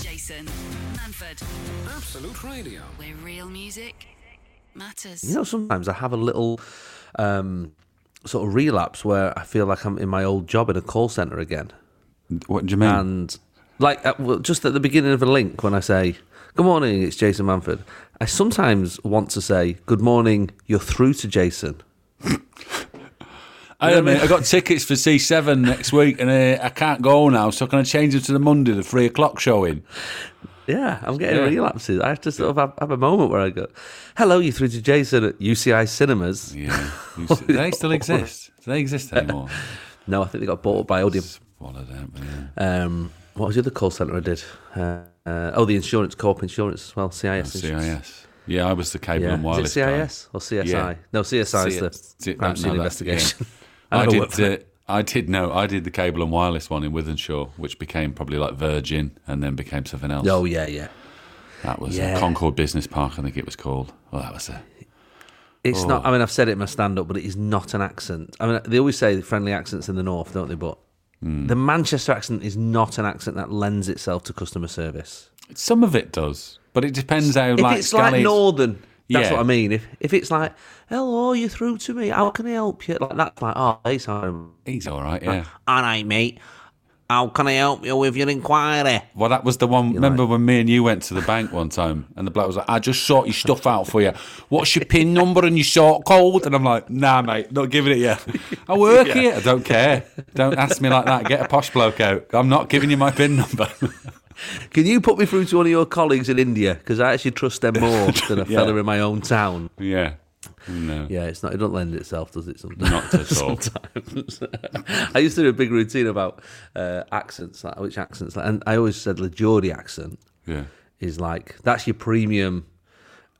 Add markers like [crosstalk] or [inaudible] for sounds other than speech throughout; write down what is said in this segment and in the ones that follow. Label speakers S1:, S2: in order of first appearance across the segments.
S1: Jason Manford,
S2: Absolute Radio.
S1: where real music matters.
S3: You know, sometimes I have a little um, sort of relapse where I feel like I'm in my old job in a call center again.
S4: What do you mean?
S3: And like at, well, just at the beginning of a link, when I say "Good morning," it's Jason Manford. I sometimes want to say "Good morning." You're through to Jason.
S4: I, mean, I got tickets for C7 next week and uh, I can't go now, so can I change them to the Monday, the three o'clock showing?
S3: Yeah, I'm getting
S4: Yeah.
S3: relapses. I have to sort of have, have a moment where I go, "Hello, you through to Jason at UCI Cinemas."
S4: Yeah. [laughs] You see- do they still exist? Do they exist anymore?
S3: No, I think they got bought up by Odeon.
S4: Swallowed, haven't they? Yeah.
S3: Um, what was the other call center I did? Uh, uh, oh, the insurance, Corp Insurance as well, CIS.
S4: Oh,
S3: insurance.
S4: CIS. Yeah, I was the cable
S3: Yeah.
S4: and wireless
S3: Is it CIS or CSI?
S4: Yeah.
S3: No, CSI is
S4: CS
S3: the
S4: that-
S3: crime
S4: no,
S3: scene
S4: that-
S3: investigation. [laughs]
S4: guy. I
S3: don't work
S4: did.
S3: for
S4: Uh, I did know. I did the cable and wireless one in Withenshaw, which became probably like Virgin, and then became something else.
S3: [laughs] oh yeah, yeah.
S4: that was uh,
S3: yeah.
S4: Concord Business Park, I think it was called. Well, that was a
S3: It's
S4: Oh.
S3: not. I mean, I've said it in my stand-up, but it is not an accent. I mean, they always say friendly accents in the north, don't they? But
S4: Hmm.
S3: the Manchester accent is not an accent that lends itself to customer service.
S4: some of it does, but it depends how
S3: If
S4: like
S3: it's like
S4: Scally-
S3: northern, that's
S4: Yeah.
S3: what I mean. If if it's like, hello, you through to me? How can I help you? Like that's like, oh, hey, sorry,
S4: He's all right, yeah.
S3: All right, mate. How can I help you with your inquiry?
S4: Well, that was the one. remember when me and you went to the bank one time, and the bloke was like, "I just sort your stuff out for you. What's your pin number and your sort code?" And I'm like, "Nah, mate, not giving it you. I work here. I don't care. Don't ask me like that. Get a posh bloke out. I'm not giving you my pin number." [laughs]
S3: Can you put me through to one of your colleagues in India? Because I actually trust them
S4: [laughs]
S3: more than a
S4: Yeah.
S3: fella in my own town.
S4: yeah, no,
S3: Yeah, it's not. It do not lend itself, does it? Sometimes. [laughs]
S4: not at all.
S3: Sometimes. [laughs] I used to do a big routine about uh, accents, like which accents, like, and I always said the Geordie accent
S4: Yeah.
S3: is like that's your premium,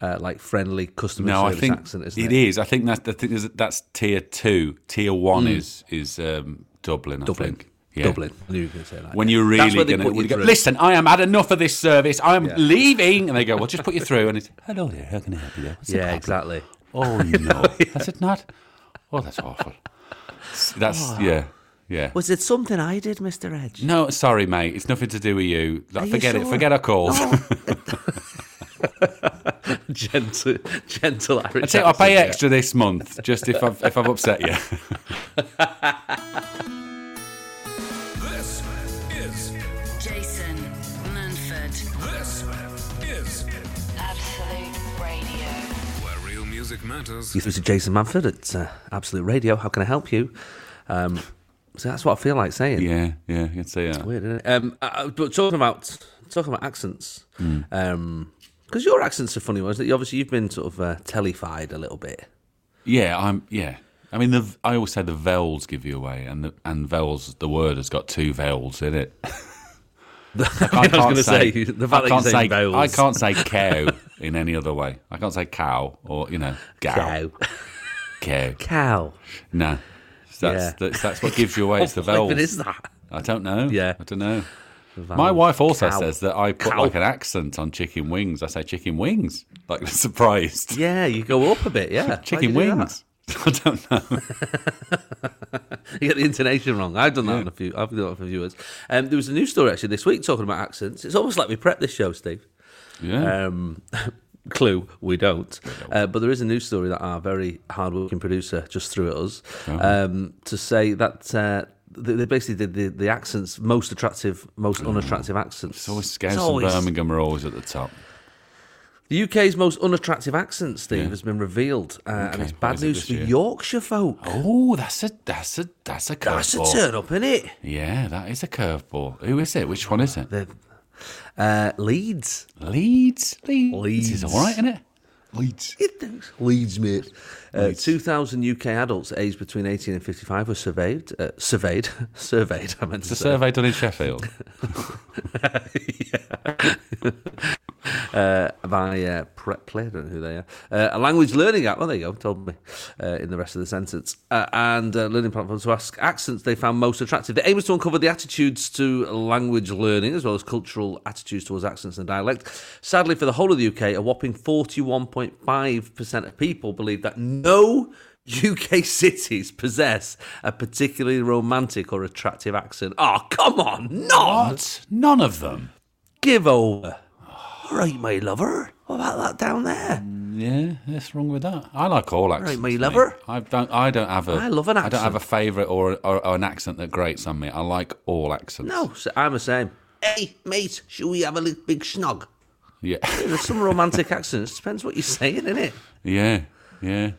S3: uh, like friendly customer
S4: No, I
S3: service
S4: think
S3: accent, isn't it?
S4: it is. I think that's the thing. Is that's tier two. Tier one is is um, Dublin. I
S3: Hmm. Dublin,
S4: think. Yeah.
S3: Dublin. I knew you were going to say that.
S4: when
S3: yeah.
S4: you're
S3: That's
S4: really
S3: where they
S4: going
S3: put you
S4: to
S3: through.
S4: listen i am had enough of this service i'm
S3: Yeah.
S4: leaving and they go well just put you through and it's hello there how can i help you What's the
S3: Yeah,
S4: problem?"
S3: exactly.
S4: oh no [laughs] that's it not oh that's awful that's yeah yeah
S3: Was it something I did, Mister Edge?
S4: no sorry mate it's nothing to do with you Oh. Like,
S3: you
S4: forget it
S3: sure?
S4: forget our
S3: [laughs]
S4: call
S3: gentle, gentle Irish.
S4: [laughs] I tell you, I'll pay
S3: accent,
S4: extra this month just if I've, if I've upset you
S2: This is
S1: Jason Manford,
S2: this is
S1: Absolute Radio.
S2: where real music matters.
S3: You through to Jason Manford at uh, Absolute Radio. How can I help you? Um, so that's what I feel like saying.
S4: [laughs] yeah yeah you can say that
S3: Weird, isn't it? Um, I- I- but talking about talking about accents,
S4: Mm.
S3: because your accents are funny ones. That you obviously you've been sort of uh, telefied a little bit.
S4: Yeah, I'm. Yeah, I mean, the I always say the vowels give you away, and the and vowels. The word has got two vowels
S3: [laughs]
S4: in it. I,
S3: was
S4: can't
S3: gonna say, the fact that you
S4: I can't
S3: say
S4: say
S3: vowels.
S4: I
S3: [laughs]
S4: can't say cow in any other way. I can't say cow or you know cow
S3: Cow,
S4: cow.
S3: cow.
S4: Nah, that's that's, that's what gives you away.
S3: [laughs]
S4: It's the
S3: What
S4: vowels.
S3: flipping is that?
S4: I don't know.
S3: Yeah.
S4: I don't know. My
S3: vowel.
S4: wife also
S3: Cow.
S4: says that I put
S3: Cow.
S4: like an accent on chicken wings. I say chicken wings, like [laughs] surprised.
S3: Yeah, you go up a bit. Yeah, Why'd
S4: [laughs] Chicken
S3: you do that?
S4: wings. I don't know.
S3: You get the intonation wrong. I've done that on a few. I've done that for viewers. Um, there was a news story actually this week talking about accents. It's almost like we prepped this show, Steve.
S4: Yeah.
S3: Um, [laughs] clue, we don't. Uh, but there is a news story that our very hardworking producer just threw at us
S4: Uh-huh.
S3: um, to say that uh, they, they basically did the, the accents most attractive, most unattractive accents.
S4: Oh. It's always Scouse
S3: It's
S4: and
S3: always-
S4: Birmingham are always at the top.
S3: The UK's most unattractive accent, Steve, has been revealed, uh, and it's
S4: what
S3: bad
S4: is it
S3: news
S4: this
S3: for
S4: year?
S3: Yorkshire folk.
S4: Oh, that's a that's a that's a
S3: That's a
S4: curveball.
S3: turn up, isn't it?
S4: Yeah, that is a curveball. Who is it? Which one is it?
S3: The, uh, Leeds.
S4: Leeds. Leeds.
S3: Leeds.
S4: is all right, isn't it? Leeds.
S3: It thinks [laughs] Leeds, mate. Uh, 2,000 UK adults aged between 18 and 55 were surveyed. Uh, surveyed? [laughs] surveyed, I meant to
S4: It's a
S3: say.
S4: survey done in [laughs] Sheffield.
S3: by uh, Prep Play, I don't know who they are. Uh, a language learning app, oh, there you go, told me uh, in the rest of the sentence. Uh, and uh, learning platforms to ask accents they found most attractive. The aim is to uncover the attitudes to language learning as well as cultural attitudes towards accents and dialect. Sadly, for the whole of the UK, a whopping 41.5% of people believe that no UK [laughs] cities possess a particularly romantic or attractive accent. Oh, come on, Ah, not!
S4: What? None of them.
S3: give over. All right, my lover. What about that down there?
S4: Yeah, what's wrong with that? I like all accents.
S3: my
S4: mate.
S3: lover.
S4: I don't. I don't have a.
S3: I love an
S4: I don't have a
S3: accent.
S4: favourite or, or or an accent that grates on me. I like all accents.
S3: No, s- I'm the same. Hey, mate, should we have a little big snog?
S4: Yeah. [laughs]
S3: There's some romantic accents. Depends what you're saying, innit?
S4: yeah. Yeah.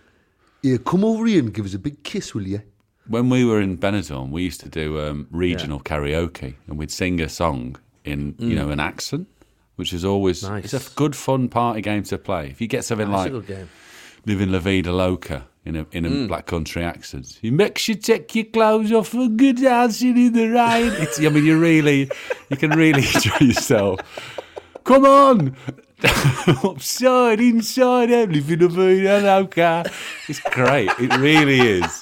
S5: Yeah, come over here and give us a big kiss, will you?
S4: When we were in Benidorm, we used to do um, regional karaoke, and we'd sing a song in you know an accent, which is always
S3: Mm. Nice.
S4: it's a good fun party game to play. If you get something
S3: That's a
S4: like
S3: good game.
S4: living La Vida Loca in a in a
S3: Hmm.
S4: black country accent. You make sure you take your clothes off for good dancing in the
S3: [laughs]
S4: rain. It's, I mean, you really, you can really [laughs] enjoy yourself. Come on, [laughs] upside, inside, I'm living La Vida Loca. It's great. It really is.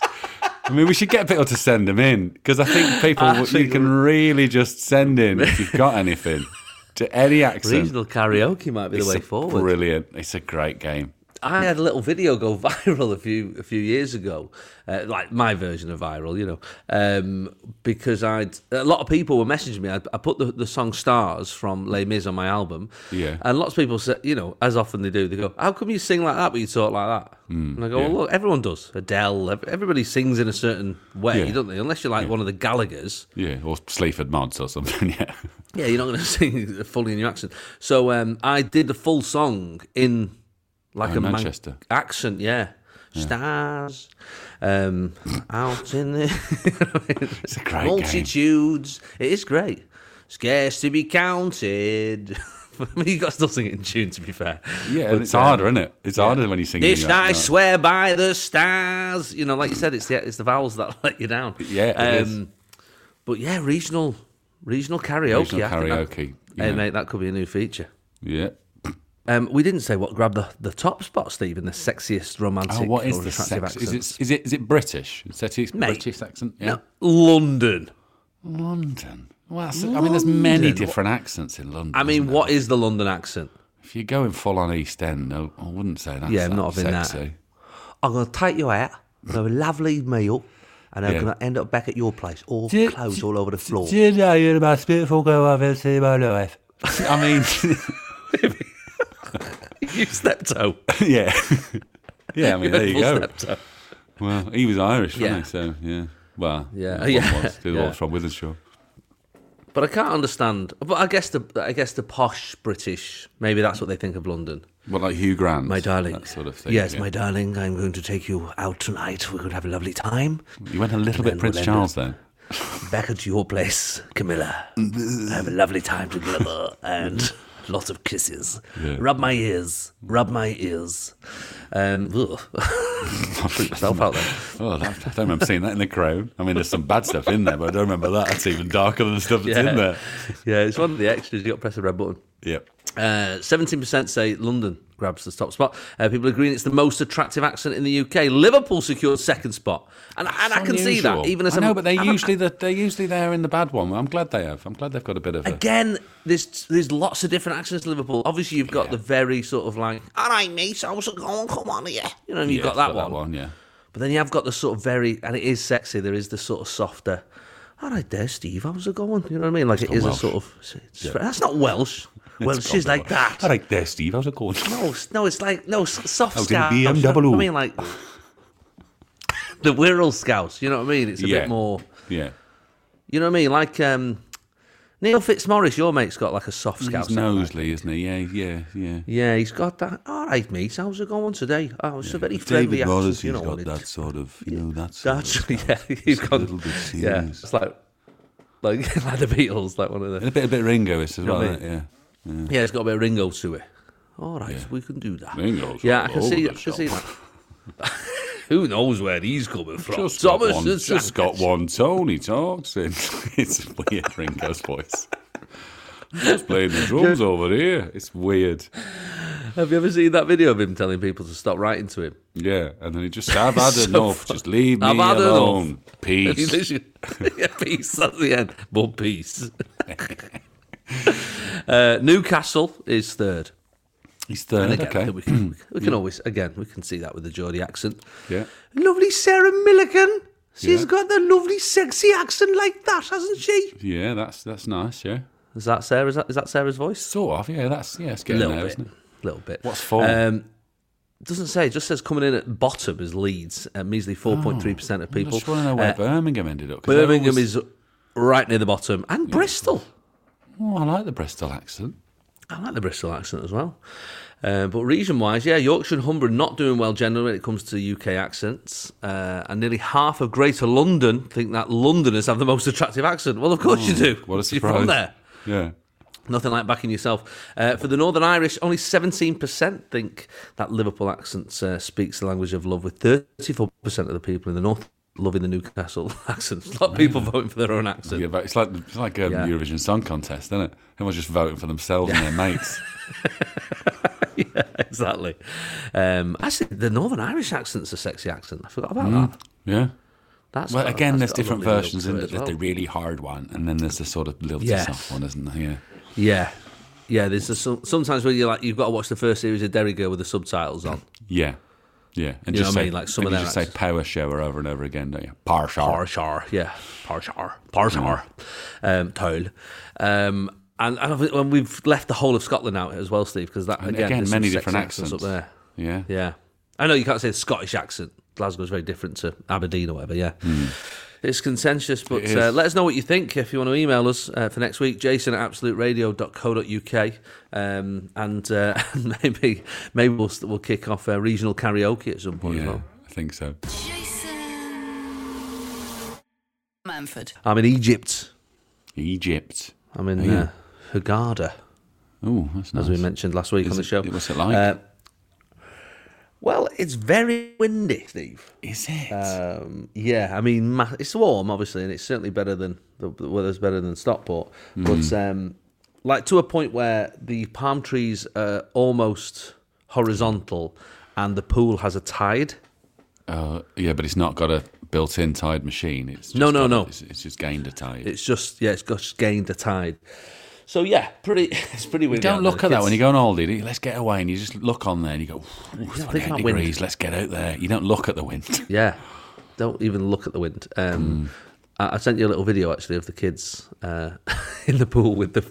S4: I mean, we should get people to send them in because I think people you
S3: think
S4: can really just send in if you've got
S3: [laughs]
S4: anything to any accent.
S3: Regional karaoke might be the
S4: It's
S3: way
S4: a
S3: forward.
S4: Brilliant. It's a great game.
S3: I had a little video go [laughs] viral a few a few years ago, uh, like my version of viral, you know, um, because I'd a lot of people were messaging me. I, I put the, the song "Stars" from Les Mis on my album,
S4: Yeah.
S3: and lots of people said, you know, as often they do, they go, "How come you sing like that, but you talk like that?" and I go,
S4: Hmm, yeah.
S3: "Well, look, everyone does. Adele, ev- everybody sings in a certain way,
S4: Yeah.
S3: don't they? Unless you're like one of the Gallagher's."
S4: Yeah, or Sleaford Mods or something. [laughs] Yeah,
S3: Yeah, you're not going to [laughs] sing fully in your accent. So um, I did the full song in like
S4: Oh,
S3: a Man-
S4: Manchester.
S3: accent. Yeah, stars um, out in the
S4: it's a [laughs] great game.
S3: multitudes. It is great, scarce to be counted. [laughs] I mean, you got to still sing it in tune. To be fair,
S4: Yeah,
S3: But,
S4: it's
S3: um,
S4: harder, isn't it? It's harder when you sing.
S3: This
S4: it,
S3: I
S4: like,
S3: swear by the stars. You know, like you said, it's the it's the vowels that [laughs] let you down. Um,
S4: Yeah, it is.
S3: But yeah, regional regional karaoke.
S4: Regional
S3: I think that-
S4: karaoke,
S3: hey
S4: yeah.
S3: mate, that could be a new feature.
S4: Yeah.
S3: Um, we didn't say what grabbed the, the top spot, Steve, in the sexiest romantic
S4: Oh, what is
S3: or
S4: the
S3: attractive
S4: sex? Is
S3: accent.
S4: it, is it is it British? Is that it's
S3: Mate.
S4: British accent? Yeah.
S3: London.
S4: London. Well, that's, I mean, there's many
S3: London.
S4: different accents in London.
S3: I mean,
S4: isn't
S3: what is the London accent?
S4: there? if you're going full on East End, no, I wouldn't say that's
S3: Yeah,
S4: that
S3: not having that.
S4: sexy.
S3: I'm going to take you out for a lovely meal, and I'm
S4: Yeah.
S3: going to end up back at your place, all
S4: Did-
S3: clothes all over the floor.
S4: Did I hear the most beautiful girl I've ever seen in my life? [laughs] I mean, [laughs]
S3: you stepped out.
S4: yeah, [laughs] yeah. I mean, there you go.
S3: Steptoe.
S4: Well, he was Irish,
S3: Yeah.
S4: wasn't he? So yeah. Well,
S3: Yeah,
S4: one
S3: yeah,
S4: was. The other
S3: yeah.
S4: one was from Withenshaw.
S3: But I can't understand. But I guess the I guess the posh British maybe that's what they think of London.
S4: Well, like Hugh Grant,
S3: My darling,
S4: that sort of thing.
S3: Yes,
S4: yeah.
S3: my darling, I'm going to take you out tonight. We're going to have a lovely time.
S4: You went a little bit
S3: then
S4: Prince
S3: we'll end
S4: Charles then.
S3: Back at your place, Camilla. have a lovely time
S4: [laughs]
S3: together and lots of kisses.
S4: Yeah.
S3: Rub my ears. Rub my ears. Um, [laughs]
S4: [laughs]
S3: ugh. Freak myself out there.
S4: Oh, I don't I don't remember seeing that in the Crown. I mean, there's some bad stuff in there, but I don't remember that. That's even darker than the stuff that's in there.
S3: yeah, it's one of the extras. You got to press the red button. Uh,
S4: Yep.
S3: Seventeen percent say London grabs the top spot. Uh, people agreeing it's the most attractive accent in the UK. Liverpool secured second spot, and, and I can see that.
S4: Unusual.
S3: Even as
S4: I
S3: I'm-
S4: know, but they're
S3: I'm-
S4: usually the, they're usually there in the bad one. I'm glad they have. I'm glad they've got a bit of a.
S3: again, there's there's lots of different accents to Liverpool. Obviously, you've got the very sort of like, all right, mate, I was like, oh, come on here, you know, and you've
S4: Yeah,
S3: got, that,
S4: got
S3: one.
S4: yeah.
S3: But then you have got the sort of very, and it is sexy. There is the sort of softer. All right, there, Steve. How's it going? You know what I mean? Like it
S4: not
S3: is
S4: Welsh.
S3: a sort of. it's- That's not Welsh. Welsh
S4: [laughs] It's
S3: is
S4: gone
S3: like
S4: well.
S3: that.
S4: All right, Oh, there, Steve. How's it going?
S3: [laughs] No, s- no, it's like no s- soft
S4: Out in
S3: scouts.
S4: BMW.
S3: I mean, like [laughs] the Wirral Scouts. You know what I mean? It's a
S4: Yeah.
S3: bit more.
S4: Yeah.
S3: You know what I mean? Like um, Neil Fitzmaurice, your mate's got like a soft scout.
S4: He's Nosley, isn't he? Yeah, yeah, yeah.
S3: Yeah, he's got that. All right, mate. How's it going today? Oh, it's a very friendly
S6: David Wallace,
S3: accent.
S6: he's
S3: You know
S6: got
S3: what it-
S6: that sort of, you know, that sort
S3: That's
S6: of
S3: [laughs] yeah. He's got
S6: a little bit
S3: [laughs] yeah.
S6: serious.
S3: It's like like [laughs] like the Beatles, like one of
S4: [laughs] And
S3: the
S4: a bit, a bit Ringo-ish as well,
S3: what I
S4: isn't it? Yeah.
S3: yeah. It's got a bit of Ringo to it. All right, we can do that.
S4: Ringo's
S3: yeah,
S4: all
S3: I can
S4: over
S3: see.
S4: the
S3: I can see that. [laughs] Who knows where he's coming from?
S4: Just
S3: Thomas
S4: got one,
S3: the [laughs]
S4: just got one tone he talks in. [laughs] it's weird, Ringo's voice. Just playing the drums over here. It's weird.
S3: Have you ever seen that video of him telling people to stop writing to him? [laughs]
S4: Yeah, and then he just, I've had
S3: So
S4: enough.
S3: fu-
S4: Just leave me
S3: I've had enough.
S4: alone.
S3: [laughs] He
S4: Peace.
S3: literally- yeah, peace at the end, but
S4: [laughs]
S3: peace. [laughs] uh, Newcastle is third.
S4: He's third.
S3: Again,
S4: okay.
S3: we can, we [clears throat] can always again we can see that with the Geordie accent.
S4: Yeah.
S3: Lovely Sarah Milligan. She's
S4: Yeah.
S3: got the lovely sexy accent like that, hasn't she?
S4: Yeah, that's that's nice. Yeah.
S3: Is that Sarah? Is that, is that Sarah's voice?
S4: Sort of, yeah. That's yeah, it's
S3: A
S4: getting
S3: little
S4: there,
S3: bit.
S4: isn't it?
S3: little bit.
S4: What's for?
S3: Um, doesn't say. It just says coming in at bottom is Leeds, a measly 4.3% of
S4: I
S3: people.
S4: just want to know where
S3: Uh,
S4: Birmingham ended up. 'cause they're
S3: Birmingham
S4: always-
S3: is right near the bottom, and Bristol.
S4: Oh, I like the Bristol accent.
S3: I like the Bristol accent as well. Uh, but region wise, yeah, Yorkshire and Humber are not doing well generally when it comes to UK accents. Uh, and nearly half of Greater London think that Londoners have the most attractive accent. Well, of course you do.
S4: Hmm, What a
S3: You're
S4: surprise!
S3: from there.
S4: Yeah.
S3: Nothing like backing yourself. Uh, for the Northern Irish, only 17% think that Liverpool accent uh, speaks the language of love, with 34% of the people in the North loving the Newcastle [laughs] accent. A lot of people voting for their own accent.
S4: Hmm. Yeah, but it's like it's like a
S3: Yeah.
S4: Eurovision Song Contest, isn't it? Everyone's just voting for themselves and
S3: [laughs]
S4: their mates.
S3: yeah, [laughs] exactly. Um, actually, the Northern Irish accent's a sexy accent. I forgot
S4: Hmm.
S3: about that.
S4: Yeah.
S3: That's
S4: Well,
S3: got-
S4: again,
S3: that's
S4: there's
S3: got a
S4: different
S3: lovely look
S4: versions,
S3: to it
S4: isn't there?
S3: as
S4: There's the
S3: well.
S4: really hard one, and then there's the sort of little
S3: Yes.
S4: to soft one, isn't there? Yeah.
S3: Yeah, yeah. There's a, some- sometimes where you like you've got to watch the first series of Derry Girl with the subtitles on.
S4: Yeah. Yeah. And
S3: You know
S4: just
S3: what I
S4: say,
S3: mean? Like some
S4: and
S3: of
S4: you
S3: their
S4: just say
S3: accents.
S4: power shower over and over again, don't you? Power shower.
S3: Parshar, yeah, Parshar, Parshar, um, Toll. Um, and, and I've- when we've left the whole of Scotland out as well, Steve, because that
S4: And
S3: again,
S4: again,
S3: there's some
S4: many
S3: sexy
S4: different
S3: up
S4: accents.
S3: there.
S4: Yeah.
S3: Yeah. I know you can't say the Scottish accent. Glasgow's very different to Aberdeen or whatever, yeah. It's contentious, but
S4: Hmm. It is.
S3: uh, let us know what you think if you want to email us uh, for next week, jason at absoluteradio.co.uk. Um, and uh, [laughs] maybe maybe we'll, we'll kick off uh, regional karaoke at some point as
S4: Yeah.
S3: well.
S4: I think so.
S1: Jason Manford.
S3: I'm in Egypt.
S4: Egypt.
S3: I'm in
S4: Oh, yeah.
S3: uh, Hurghada,
S4: Oh, that's nice.
S3: as we mentioned last week
S4: Is
S3: on the
S4: it-
S3: show.
S4: what's it like?
S3: Uh, well, it's very windy, Steve.
S4: Is it?
S3: Um, yeah, I mean, ma- it's warm, obviously, and it's certainly better than the, the weather's better than Stockport.
S4: Hmm.
S3: But um, like to a point where the palm trees are almost horizontal, and the pool has a tide.
S4: Uh, yeah, but it's not got a built-in tide machine. It's just
S3: No, no,
S4: got-
S3: no.
S4: It's, it's just gained a tide.
S3: It's just yeah, it's just gained a tide. So yeah, pretty. [laughs] It's pretty windy.
S4: Don't
S3: out there.
S4: look at that
S3: Kids-
S4: when you go on holiday. do you? Let's get away, and you just look on there, and you go, "Ooh,
S3: think
S4: 28
S3: about wind.
S4: degrees. Let's get out there. You don't look at
S3: [laughs]
S4: the wind.
S3: Yeah. Don't even look at the wind. Um, I, I sent you a little video actually of the kids uh, [laughs] in the pool with the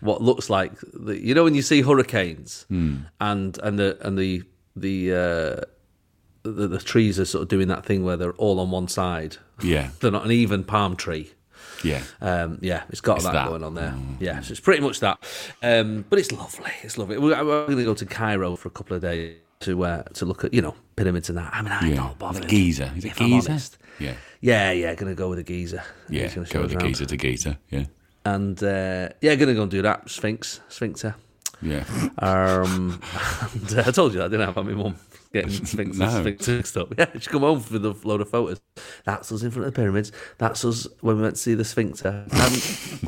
S3: what looks like the, you know when you see hurricanes and and the and the the, uh, the the trees are sort of doing that thing where they're all on one side.
S4: Yeah,
S3: They're not an even palm tree.
S4: yeah.
S3: Um, yeah, it's got that,
S4: that. Mm.
S3: going on there. Yeah, so it's pretty much that. Um, but it's lovely. It's lovely. We're, we're going to go to Cairo for a couple of days to uh, to look at you know pyramids and that. I mean, I
S4: Yeah.
S3: don't bother.
S4: The Giza. Is it
S3: if I'm
S4: Giza?
S3: honest.
S4: Yeah,
S3: Yeah, yeah, gonna go with a geezer.
S4: yeah.
S3: He's gonna show
S4: Go
S3: us
S4: to
S3: around.
S4: Giza to Giza. Yeah,
S3: And uh, yeah, gonna go and do that. Sphinx, sphincter.
S4: yeah.
S3: Um, and, uh, I told you that, didn't I? About my mum
S4: [laughs]
S3: getting sphinx
S4: No.
S3: and sphinx mixed up. Yeah, she come home with a load of photos. That's us in front of the pyramids. That's us when we went to see the sphincter. And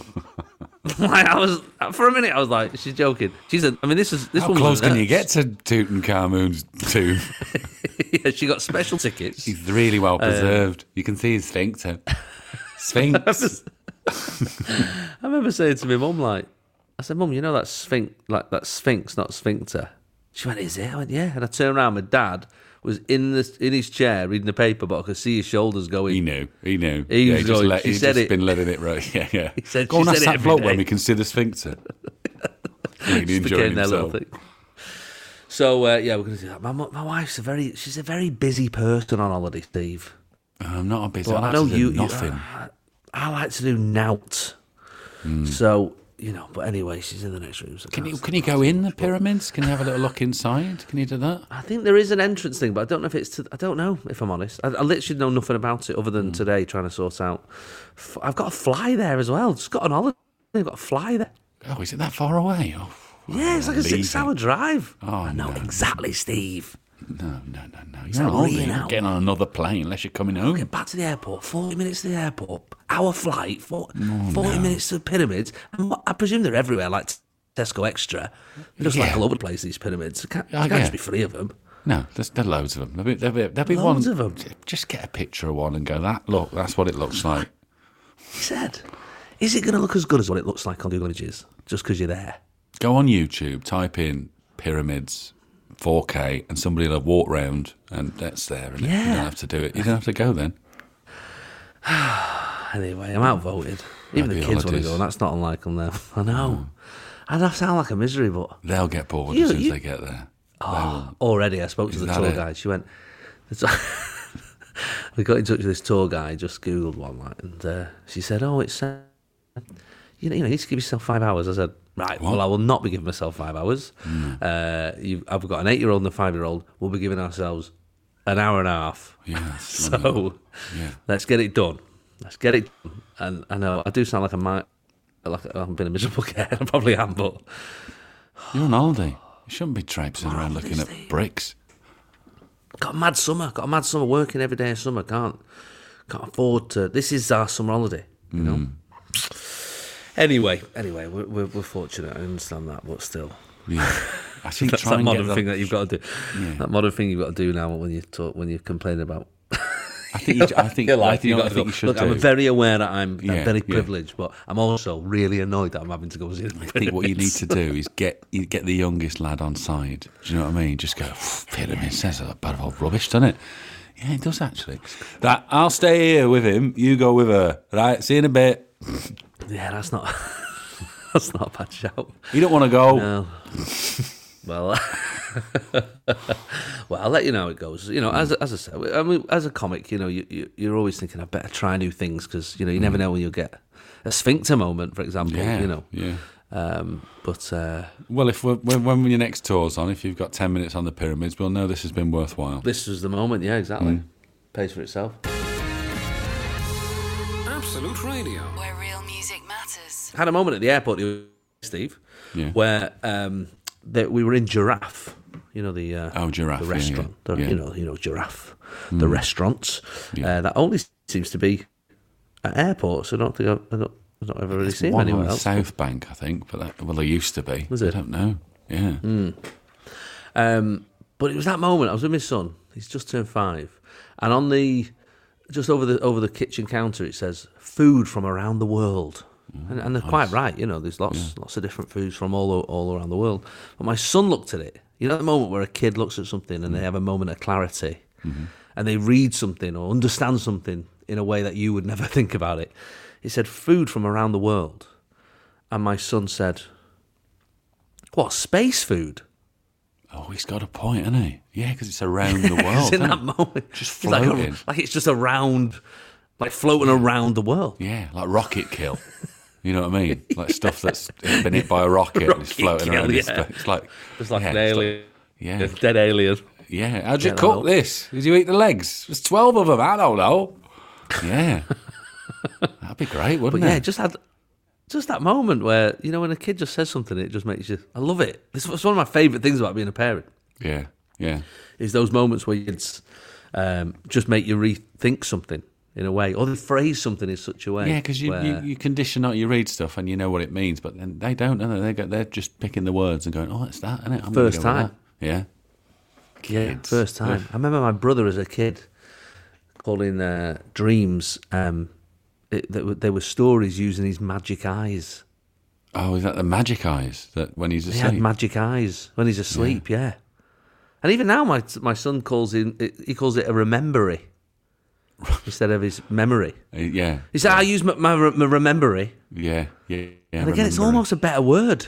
S3: [laughs] like I was for a minute, I was like, she's joking. She said, I mean, this is this
S4: How
S3: woman
S4: close
S3: was
S4: can you
S3: nuts. [laughs]
S4: get to Tutankhamun's tomb?
S3: yeah, she got special tickets.
S4: He's really well
S3: Uh,
S4: preserved. you can see his
S3: [laughs]
S4: sphincter. Sphinx.
S3: I remember saying to my mum, like, I said, Mum, you know that sphinx, like that sphinx, not sphincter. She went, Is it? I went, Yeah. And I turned around, my dad was in the in his chair reading the paper, but I could see his shoulders
S4: He
S3: going.
S4: knew. He knew.
S3: He was
S4: yeah, just
S3: going,
S4: let,
S3: she
S4: he's
S3: said
S4: just
S3: it.
S4: been letting it roll. [laughs] Yeah, yeah.
S3: said-
S4: Go
S3: she said
S4: on, ask
S3: it
S4: that
S3: every
S4: bloke
S3: day.
S4: when we
S3: [laughs]
S4: consider Sphincter. really
S3: Just
S4: enjoying
S3: became their little
S4: himself.
S3: thing. So uh, yeah, we're gonna do that. My, mu- my wife's a very she's a very busy person on holiday, Steve.
S4: I'm not a bit.
S3: But
S4: I
S3: I know you Ah. you-
S4: Nothing.
S3: I, I like to do nout.
S4: Hmm.
S3: So you know, but anyway, she's in the next room. So
S4: can you
S3: that's-
S4: can you go in the pyramids? Can you have a little look inside? Can you do that?
S3: I think there is an entrance thing, but I don't know if it's to. I don't know if I'm honest. I, I literally know nothing about it other
S4: Hmm.
S3: than today trying to sort out. F- I've got a fly there as well. Just got an holiday. I've got a fly there.
S4: Oh, is it that far away? Oh,
S3: Yeah, it's like a
S4: leaving.
S3: six-hour drive.
S4: Oh,
S3: I know
S4: no.
S3: exactly, Steve.
S4: no, no, no, no. You're on
S3: not
S4: holiday.
S3: real
S4: You're not
S3: now.
S4: getting on another plane unless you're coming home.
S3: Get back to the airport. Forty minutes to the airport. Hour flight. Four,
S4: Oh,
S3: Forty minutes to the pyramids. And what, I presume they're everywhere, like Tesco Extra. They're just like
S4: Yeah.
S3: all over the place. These pyramids. There can't,
S4: Oh,
S3: there can't
S4: yeah.
S3: just be three of them.
S4: No, there's, there are loads of them. There'll be, there'll be, there'll be
S3: Loads of
S4: one,
S3: 'em.
S4: Just get a picture of one and go, that look, that's what it looks like.
S3: He said, "Is it going to look as good as what it looks like on Google Images just because you're there?"
S4: Go on YouTube, type in pyramids 4K, and somebody will walk round, and that's there. And You
S3: Yeah.
S4: don't have to do it. You don't have to go then.
S3: Anyway, I'm outvoted. Even the
S4: Bloody
S3: kids want to
S4: holidays. Mm.
S3: go, and that's not unlike them, though. [laughs] I know. I know I sound like a misery, but
S4: They'll get bored
S3: You-
S4: as soon as
S3: you-
S4: they get there.
S3: [gasps] already I spoke to the
S4: that
S3: tour
S4: it?
S3: guide. She went, the tour- [laughs] we got in touch with this tour guide, just Googled one night, and uh, she said, Oh, it's. Uh, you know, you know, you need to give yourself five hours. I said, right, well, I will not be giving myself five hours.
S4: Hmm.
S3: Uh, you, I've got an eight-year-old and a five-year-old. We'll be giving ourselves an hour and a half.
S4: Yeah.
S3: [laughs] So
S4: Yeah.
S3: let's get it done. Let's get it. Done. And I know I do sound like I might, like I've been a miserable [laughs] guy. I probably am, but
S4: You're on holiday. You shouldn't be traipsing around looking at bricks.
S3: got a mad summer. Got a mad summer. Working every day of summer. Can't can't afford to. This is our summer holiday. You know. Hmm. Anyway, anyway, we're, we're, we're fortunate. I understand that, but still,
S4: Yeah. I think
S3: that's
S4: try
S3: that
S4: and get
S3: modern
S4: the-
S3: thing that you've got to do. That modern thing you've got to do now when you talk when you complain about.
S4: I think you,
S3: [laughs]
S4: I think,
S3: your life,
S4: I think,
S3: you've
S4: you
S3: got
S4: know what I
S3: to
S4: think
S3: do.
S4: you should
S3: Look,
S4: do.
S3: I'm very aware that I'm, I'm
S4: Yeah,
S3: very
S4: yeah.
S3: privileged, but I'm also really annoyed that I'm having to go see. the
S4: I think what you need
S3: pyramids.
S4: to do is get you get the youngest lad on side. Do you know what I mean? Just go, "Pff, pyramids, that's a bad old rubbish, doesn't it? Yeah, it does actually. That I'll stay here with him, you go with her. Right, see you in a bit.
S3: [laughs] Yeah, that's not [laughs] that's not a bad shout.
S4: You don't want to go.
S3: Well, well, [laughs] well, I'll let you know how it goes. You know, as as I said, I mean, as a comic, you know, you, you you're always thinking I better try new things because you know you never know when you'll get a sphincter moment, for example.
S4: yeah,
S3: You know,
S4: Yeah.
S3: um, but uh,
S4: Well, if we're, when, when your next tour's on, if you've got ten minutes on the pyramids, we'll know this has been worthwhile.
S3: this was the moment. Yeah, exactly. Pays for itself.
S2: Absolute Radio.
S1: Where real music matters.
S3: had a moment at the airport, the other day, Steve,
S4: Yeah.
S3: where um, that we were in Giraffe. You know the uh,
S4: Oh, Giraffe,
S3: the
S4: yeah,
S3: restaurant.
S4: yeah,
S3: the-
S4: yeah. Hmm.
S3: You know, you know Giraffe, the restaurants uh, that only seems to be at airports. I don't think I've, I don't, I don't ever really see them
S4: One on
S3: anywhere
S4: the
S3: else.
S4: South Bank, I think, but that, well, they used to be.
S3: Was
S4: I
S3: it? Hmm.
S4: don't know. Yeah.
S3: Um, but it was that moment. I was with my son. He's just turned five, and on the just over the over the kitchen counter, it says food from around the world, and, and they're quite right. You know, there's lots lots of different foods from all o- all around the world. But my son looked at it. You know, the moment where a kid looks at something and they have a moment of clarity, and they read something or understand something in a way that you would [laughs] never think about it. It said food from around the world, and my son said, "What space food?"
S4: Oh, he's got a point, hasn't he? Yeah, because it's
S3: [laughs]
S4: around the world.
S3: It's in
S4: isn't
S3: that
S4: it?
S3: moment.
S4: Oh,
S3: It's
S4: Just
S3: like a-
S4: floating.
S3: Like, it's just around, like floating around the world.
S4: Yeah, like
S3: [laughs]
S4: rocket kill. You know what I mean? Like stuff that's been hit by a rocket, and it's
S3: Rocket
S4: floating
S3: kill,
S4: around. in
S3: yeah.
S4: space. It's like
S3: It's like
S4: yeah,
S3: an
S4: it's
S3: alien.
S4: yeah,
S3: a dead alien.
S4: yeah. How'd you
S3: Yeah,
S4: cook
S3: well.
S4: this? Did you eat the legs? There's twelve of them. I
S3: [laughs]
S4: don't know. Yeah, that'd be great,
S3: But
S4: wouldn't
S3: yeah,
S4: it?
S3: just had just that moment where you know when a kid just says something, it just makes you. I love it. This was one of my favorite things about being a parent
S4: yeah, yeah,
S3: is those moments where it's um, just make you rethink something in a way, or they phrase something in such a way.
S4: yeah. Because you, you
S3: where-
S4: you condition out, you read stuff, and you know what it means, but then they don't. And they go, they're just picking the words and going, "Oh, that's that, isn't it?" I'm gonna
S3: First
S4: go with
S3: time.
S4: that." Yeah.
S3: Yeah,
S4: Kids.
S3: first time. I remember my brother as a kid calling uh, dreams. Um, it, they, were, they were stories using his magic eyes.
S4: Oh, is that the magic eyes that when he's
S3: He
S4: asleep?
S3: had magic eyes when he's asleep. Yeah. and even now my my son calls in. He calls it a [laughs] remembery instead of his memory.
S4: Uh, yeah,
S3: He said, "I use my, my, re- my remembery,"
S4: yeah, yeah. yeah
S3: and again, it's
S4: remember it.
S3: almost a better word.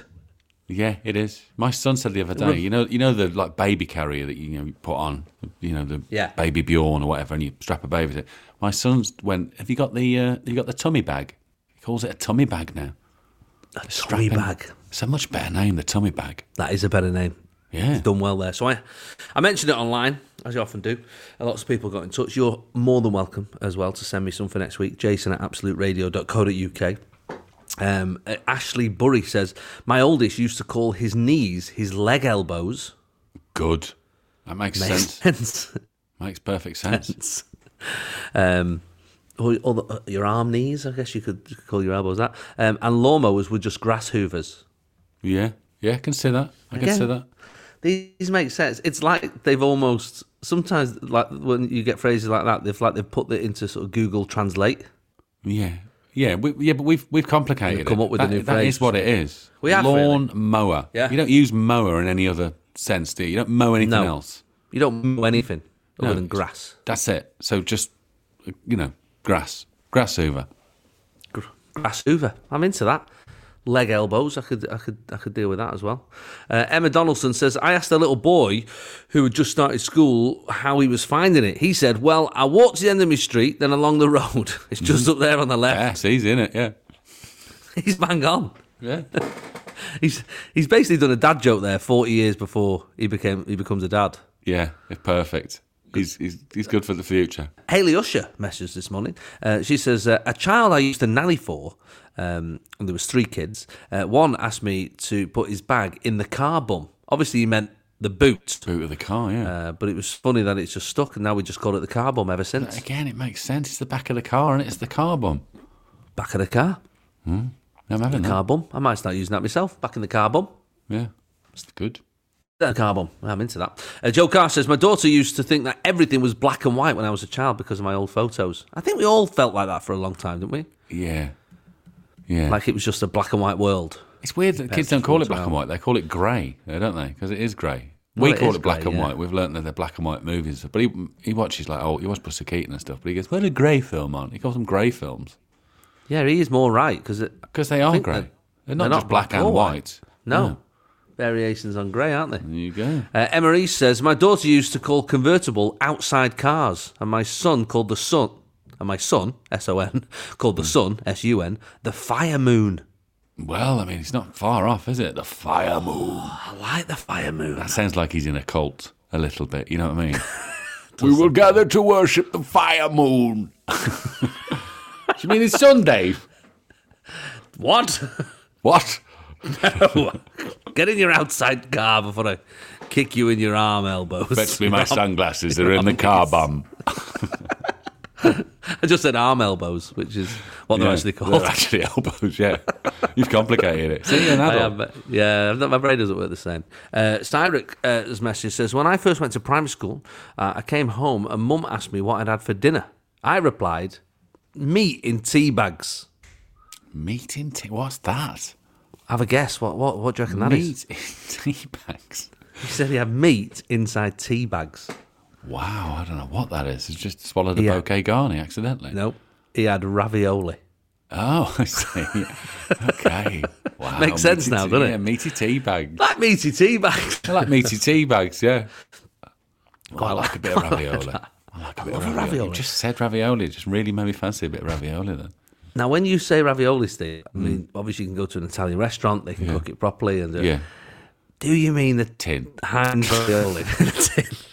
S4: Yeah, it is. My son said the other day, you know, you know the like baby carrier that you know you put on, you know the
S3: Yeah.
S4: baby Bjorn or whatever, and you strap a baby to it. My son's went, "Have you got the uh, have you got the tummy bag?" He calls it a tummy bag now.
S3: A tummy
S4: Strapping-
S3: bag.
S4: It's a much better name, the tummy bag.
S3: That is a better name.
S4: Yeah,
S3: He's [laughs] done well there. So I, I mentioned it online, as you often do. And Lots of people got in touch. You're more than welcome as well to send me some for next week. Jason at absoluteradio.co.uk. Um, uh, Ashley Bury says, My oldest used to call his knees his leg elbows.
S4: good. That
S3: [laughs]
S4: makes sense.
S3: Sense.
S4: Makes
S3: [laughs]
S4: perfect sense.
S3: um, or, or the, uh, your arm knees, I guess you could call your elbows that. Um, and lawnmowers were just grass hoovers.
S4: Yeah, yeah, I can see that. I can
S3: Again.
S4: see that.
S3: These make sense. It's like they've almost sometimes like when you get phrases like that, they've like they've put it into sort of Google Translate.
S4: Yeah, yeah, we, yeah, but we've we've complicated.
S3: We've come
S4: it.
S3: up with a
S4: that,
S3: new
S4: That
S3: phrase.
S4: is what it is.
S3: We have,
S4: lawn mower.
S3: Yeah.
S4: you don't use mower in any other sense, do you? You don't mow anything
S3: No.
S4: else.
S3: You don't know anything
S4: No.
S3: other than grass.
S4: That's it. So just you know, grass, grass over.
S3: grass Hoover. I'm into that. Leg elbows, I could, I could, I could deal with that as well. Uh, Emma Donaldson says, I asked a little boy who had just started school how he was finding it. He said, "Well, I walked to the end of my street, then along the [laughs] road. It's just up there on the
S4: Yeah,
S3: left.
S4: it's easy, isn't it? Yeah.
S3: He's bang on.
S4: Yeah.
S3: He's he's basically done a dad joke there. Forty years before he became he becomes a dad."
S4: [laughs] Yeah, it's perfect. He's, he's, he's good for the future.
S3: Haley Usher messaged this morning. Uh, she says, uh, A child I used to nanny for, um, and there was three kids, uh, one asked me to put his bag in the car bum. Obviously, he meant the boot,
S4: Boot of the car, yeah.
S3: uh, but it was funny that it's just stuck, and now we just call it the car bum ever since.
S4: Again, it makes sense. It's the back of the car, and it's the car bomb.
S3: Back of the car.
S4: I'm having that.
S3: Car bum. I might start using that myself. Back in the car bum.
S4: Yeah. It's good.
S3: Uh, Carbon. I'm into that. Uh, Joe Carr says, My daughter used to think that everything was black and white when I was a child because of my old photos. I think we all felt like that for a long time, didn't we?
S4: Yeah. Yeah.
S3: Like it was just a black and white world.
S4: It's weird that kids don't call it black
S3: well.
S4: and white. They call it grey, though, don't they? Because it is grey. We
S3: it
S4: call
S3: is
S4: it black
S3: grey,
S4: and
S3: yeah.
S4: white. We've learned that they're black and white movies. and stuff. But he he watches like oh he watches Buster Keaton and stuff. But he goes, "Where's a grey film on?" He calls them grey films
S3: Yeah, he is more right because
S4: because they are
S3: think
S4: grey.
S3: that-
S4: They're not
S3: they're
S4: just
S3: not
S4: black
S3: black
S4: and
S3: or white.
S4: white.
S3: no variations on grey, aren't they?
S4: There you go.
S3: Uh, Emma East says, My daughter used to call convertible outside cars, and my son called the sun, and my son, S O N, [laughs] called the sun, S U N, the fire moon.
S4: Well, I mean, it's not far off, is it? The fire moon.
S3: I like the fire moon.
S4: That sounds like he's in a cult a little bit. You know what I mean? [laughs] we will gather to worship the fire moon. [laughs] Do you mean it's Sunday?
S3: [laughs] What? [laughs]
S4: What?
S3: Get in your outside car before I kick you in your arm elbows.
S4: Fetch
S3: [laughs]
S4: me my sunglasses. They're in the [laughs] car bomb.
S3: I just said arm elbows, which is what they're
S4: Yeah,
S3: actually called. [laughs]
S4: they're actually elbows, yeah. You've complicated it. See, you're an
S3: I
S4: adult.
S3: am, uh, yeah, I've not- my brain doesn't work the same. Uh, Styrick's message says, When I first went to primary school, uh, I came home and mum asked me what I'd had for dinner. I replied, meat in tea bags.
S4: um, Meat in tea. What's that?
S3: Have a guess. What, what, what do you reckon that is?
S4: Meat in [laughs] tea bags.
S3: He said he had meat inside tea bags.
S4: Wow, I don't know what that is. It's just swallowed a
S3: Yeah.
S4: bouquet garni accidentally.
S3: Nope. He had ravioli.
S4: Oh, [laughs] I see. okay. Wow.
S3: Makes sense
S4: meaty
S3: now,
S4: tea-
S3: doesn't it?
S4: Yeah, meaty tea bags.
S3: Like meaty tea bags. [laughs]
S4: I like meaty tea bags, yeah. I like a bit of ravioli. I like a bit of
S3: love a
S4: ravioli. You
S3: ravioli.
S4: just said ravioli. It just really made me fancy a bit of ravioli then.
S3: Now, when you say ravioli, Steve, I mean, obviously you can go to an Italian restaurant, they can cook it properly. And do it.
S4: Mm. Yeah.
S3: do you mean the
S4: Tin.
S3: hand [laughs] ravioli?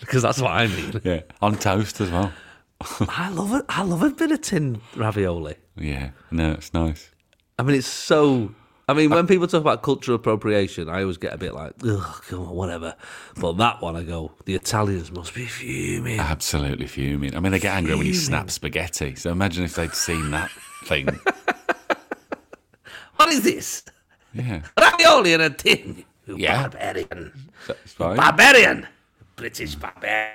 S3: Because that's what I mean.
S4: Yeah. On toast as well.
S3: I love it. I love a bit of tin ravioli.
S4: Yeah. No, it's nice.
S3: I mean, it's so. I mean, when people talk about cultural appropriation, I always get a bit like, ugh, come on, whatever. But that one, I go, the Italians must be fuming.
S4: Absolutely fuming. I mean, they get angry when you snap spaghetti. So imagine if they'd seen that thing.
S3: [laughs] What is this?
S4: Yeah,
S3: Ravioli in a tin? You
S4: Yeah.
S3: barbarian.
S4: that's fine.
S3: Barbarian. British barbarian.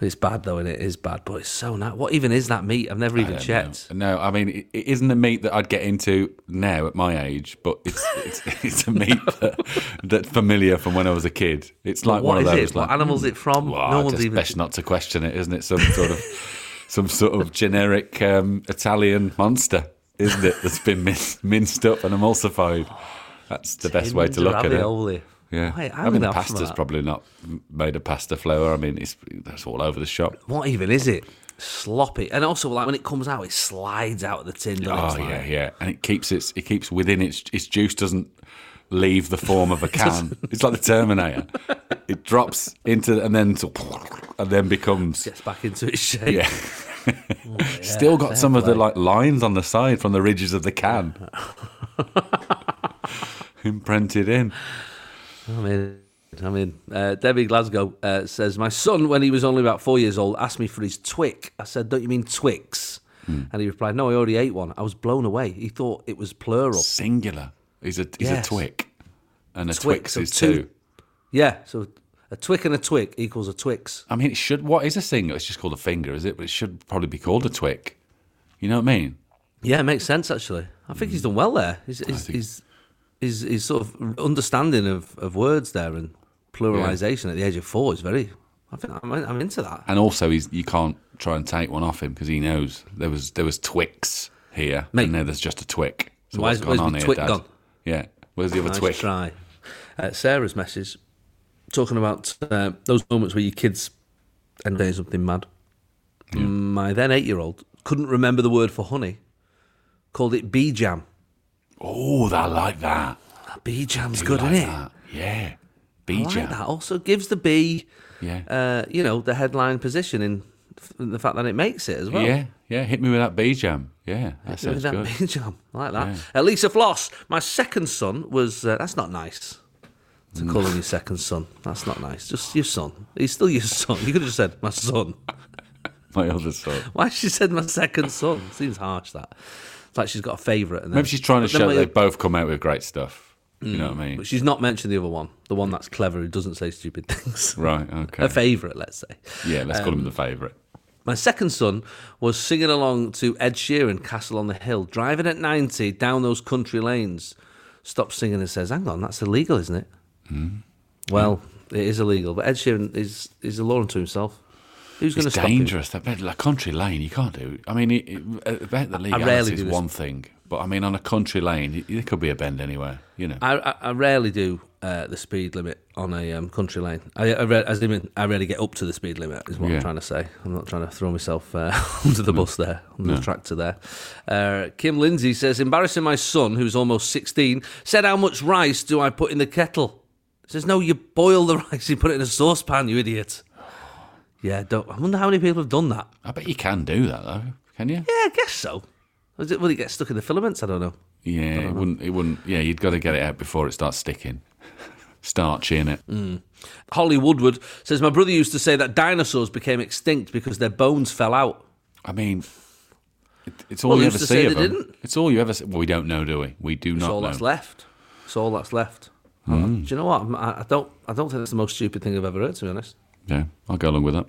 S3: It's bad though, and it is bad, but it's so nice. What even is that meat? I've never even
S4: I don't
S3: checked.
S4: know. No, I mean, it, it isn't a meat that I'd get into now at my age, but it's it's, [laughs] it's a meat that, that's familiar from when I was a kid. It's like
S3: What
S4: one
S3: is
S4: of those.
S3: it?
S4: Like, hmm.
S3: what animal's it from?
S4: [laughs] Well,
S3: no
S4: it's
S3: one's
S4: just
S3: even.
S4: best not to question it, isn't it? Some sort of [laughs] some sort of generic um, Italian monster, isn't it? That's been min- minced up and emulsified. That's the best way to
S3: Ginger
S4: look at it.
S3: ravioli.
S4: Yeah,
S3: Wait, I'm
S4: I mean the
S3: gonna have some of
S4: pasta's
S3: that.
S4: probably not made of pasta flour. I mean, it's that's all over the shop.
S3: What even is it? Sloppy, and also like when it comes out, it slides out of the tin. doesn't it?
S4: Oh
S3: It's like-
S4: yeah, yeah, and it keeps its it keeps within its its juice doesn't leave the
S3: [laughs]
S4: form of a can. it's like the Terminator. it drops into and then sort of- and then becomes
S3: Gets back into its shape. [laughs]
S4: yeah. Still got some of the
S3: play.
S4: like lines on the side from the ridges of
S3: [laughs]
S4: the can. Imprinted in.
S3: I mean, I mean, uh, Debbie Glasgow uh, says my son, when he was only about four years old, asked me for his twick. I said, "Don't you mean Twix?"
S4: Hmm.
S3: And he replied, "No, I already ate one." I was blown away. He thought it was plural.
S4: Singular. He's a he's
S3: Yes.
S4: a twick. And a
S3: Twick,
S4: twix
S3: so
S4: is
S3: two-
S4: two.
S3: Yeah, so a twick and a twick equals a Twix.
S4: I mean, it should. What is a single? It's just called a finger, is it? But it should probably be called a twick. You know what I mean?
S3: Yeah, it makes sense actually. I think he's done well there. He's, he's,
S4: think-
S3: he's, he's, he's sort of understanding of, of words there and pluralization at the age of four is very. I think I'm, I'm into that.
S4: And also, he's you can't try and take one off him because he knows there was there was twix here,
S3: Mate.
S4: and then there's just a twick. So
S3: Why
S4: what's
S3: is-
S4: going
S3: where's
S4: on
S3: the
S4: here,
S3: twick
S4: Dad?
S3: gone? Oh,
S4: Yeah, where's the other
S3: Nice
S4: twick?
S3: try. Uh, Sarah's message talking about uh, those moments where your kids end up doing something mad. My then eight year old couldn't remember the word for honey, called it bee jam.
S4: Oh, I like that.
S3: That bee jam's
S4: Do
S3: good,
S4: like
S3: isn't it?
S4: that. Yeah,
S3: I
S4: bee
S3: like
S4: jam.
S3: that. Also gives the bee,
S4: Yeah.
S3: uh, you know, the headline position in, in the fact that it makes it as well.
S4: Yeah, yeah. Hit me with that bee jam. Yeah, that
S3: Look at
S4: sounds
S3: that [laughs]
S4: good.
S3: bee jam. I like that. Uh, Lisa Floss, my second son was. Uh, that's not nice to call him your second son. That's not nice. Just your son. He's still your [laughs] son. You could have just said my son.
S4: [laughs] My other sort.
S3: [laughs] Why she said my second son? Seems harsh. That. It's like she's got a favourite. and then-
S4: Maybe she's trying to
S3: but then
S4: show
S3: my- Mm.
S4: they both come out with great stuff. You know what I mean?
S3: But she's not mentioned the other one. The one that's clever who doesn't say stupid [laughs] things.
S4: Right. Okay.
S3: Her favourite, let's say.
S4: yeah, let's call
S3: um,
S4: him the favourite.
S3: My second son was singing along to Ed Sheeran, Castle on the Hill, driving at 90 down those country lanes, stops singing and says, Hang on, that's illegal, isn't it?
S4: Hmm.
S3: Well, it is illegal, but Ed Sheeran is, is a law unto himself. Who's going to
S4: It's
S3: stop him?
S4: dangerous. That bed, like country lane, you can't do. I mean, it, it, about the legality
S3: rarely
S4: is
S3: do this.
S4: one thing, but I mean, on a country lane, it, there could be a bend anywhere. You know.
S3: I, I, I rarely do uh, the speed limit on a um, country lane. I, I, re- as I, mean, I rarely get up to the speed limit, is what
S4: Yeah.
S3: I'm trying to say. I'm not trying to throw myself uh, [laughs] under the bus there, under the tractor there. Uh, Kim Lindsay says, embarrassing my son, who's almost 16, said, How much rice do I put in the kettle? Says, No, you boil the [laughs] rice, you put it in a saucepan, you idiot. Yeah, don't, I wonder how many people have done that.
S4: I bet you can do that though. Can you?
S3: Yeah, I guess so. Was it- Will it get stuck in the filaments? I don't know.
S4: Yeah. it wouldn't. It wouldn't. Yeah, you'd got to get it out before it starts sticking. [laughs] Starchy in it.
S3: Holly Woodward says, My brother used to say that dinosaurs became extinct because their bones fell out.
S4: I mean, it, it's all
S3: Well,
S4: you
S3: who's
S4: ever
S3: to say
S4: see of
S3: they
S4: them.
S3: didn't?
S4: It's all you ever. See. Well, we don't know, do we? We do
S3: It's
S4: not Hmm.
S3: all
S4: know.
S3: that's left. It's all that's left. Do you know what? I'm- I, I don't. I don't think that's the most stupid thing I've ever heard. To be honest,
S4: Yeah, I'll go along with that.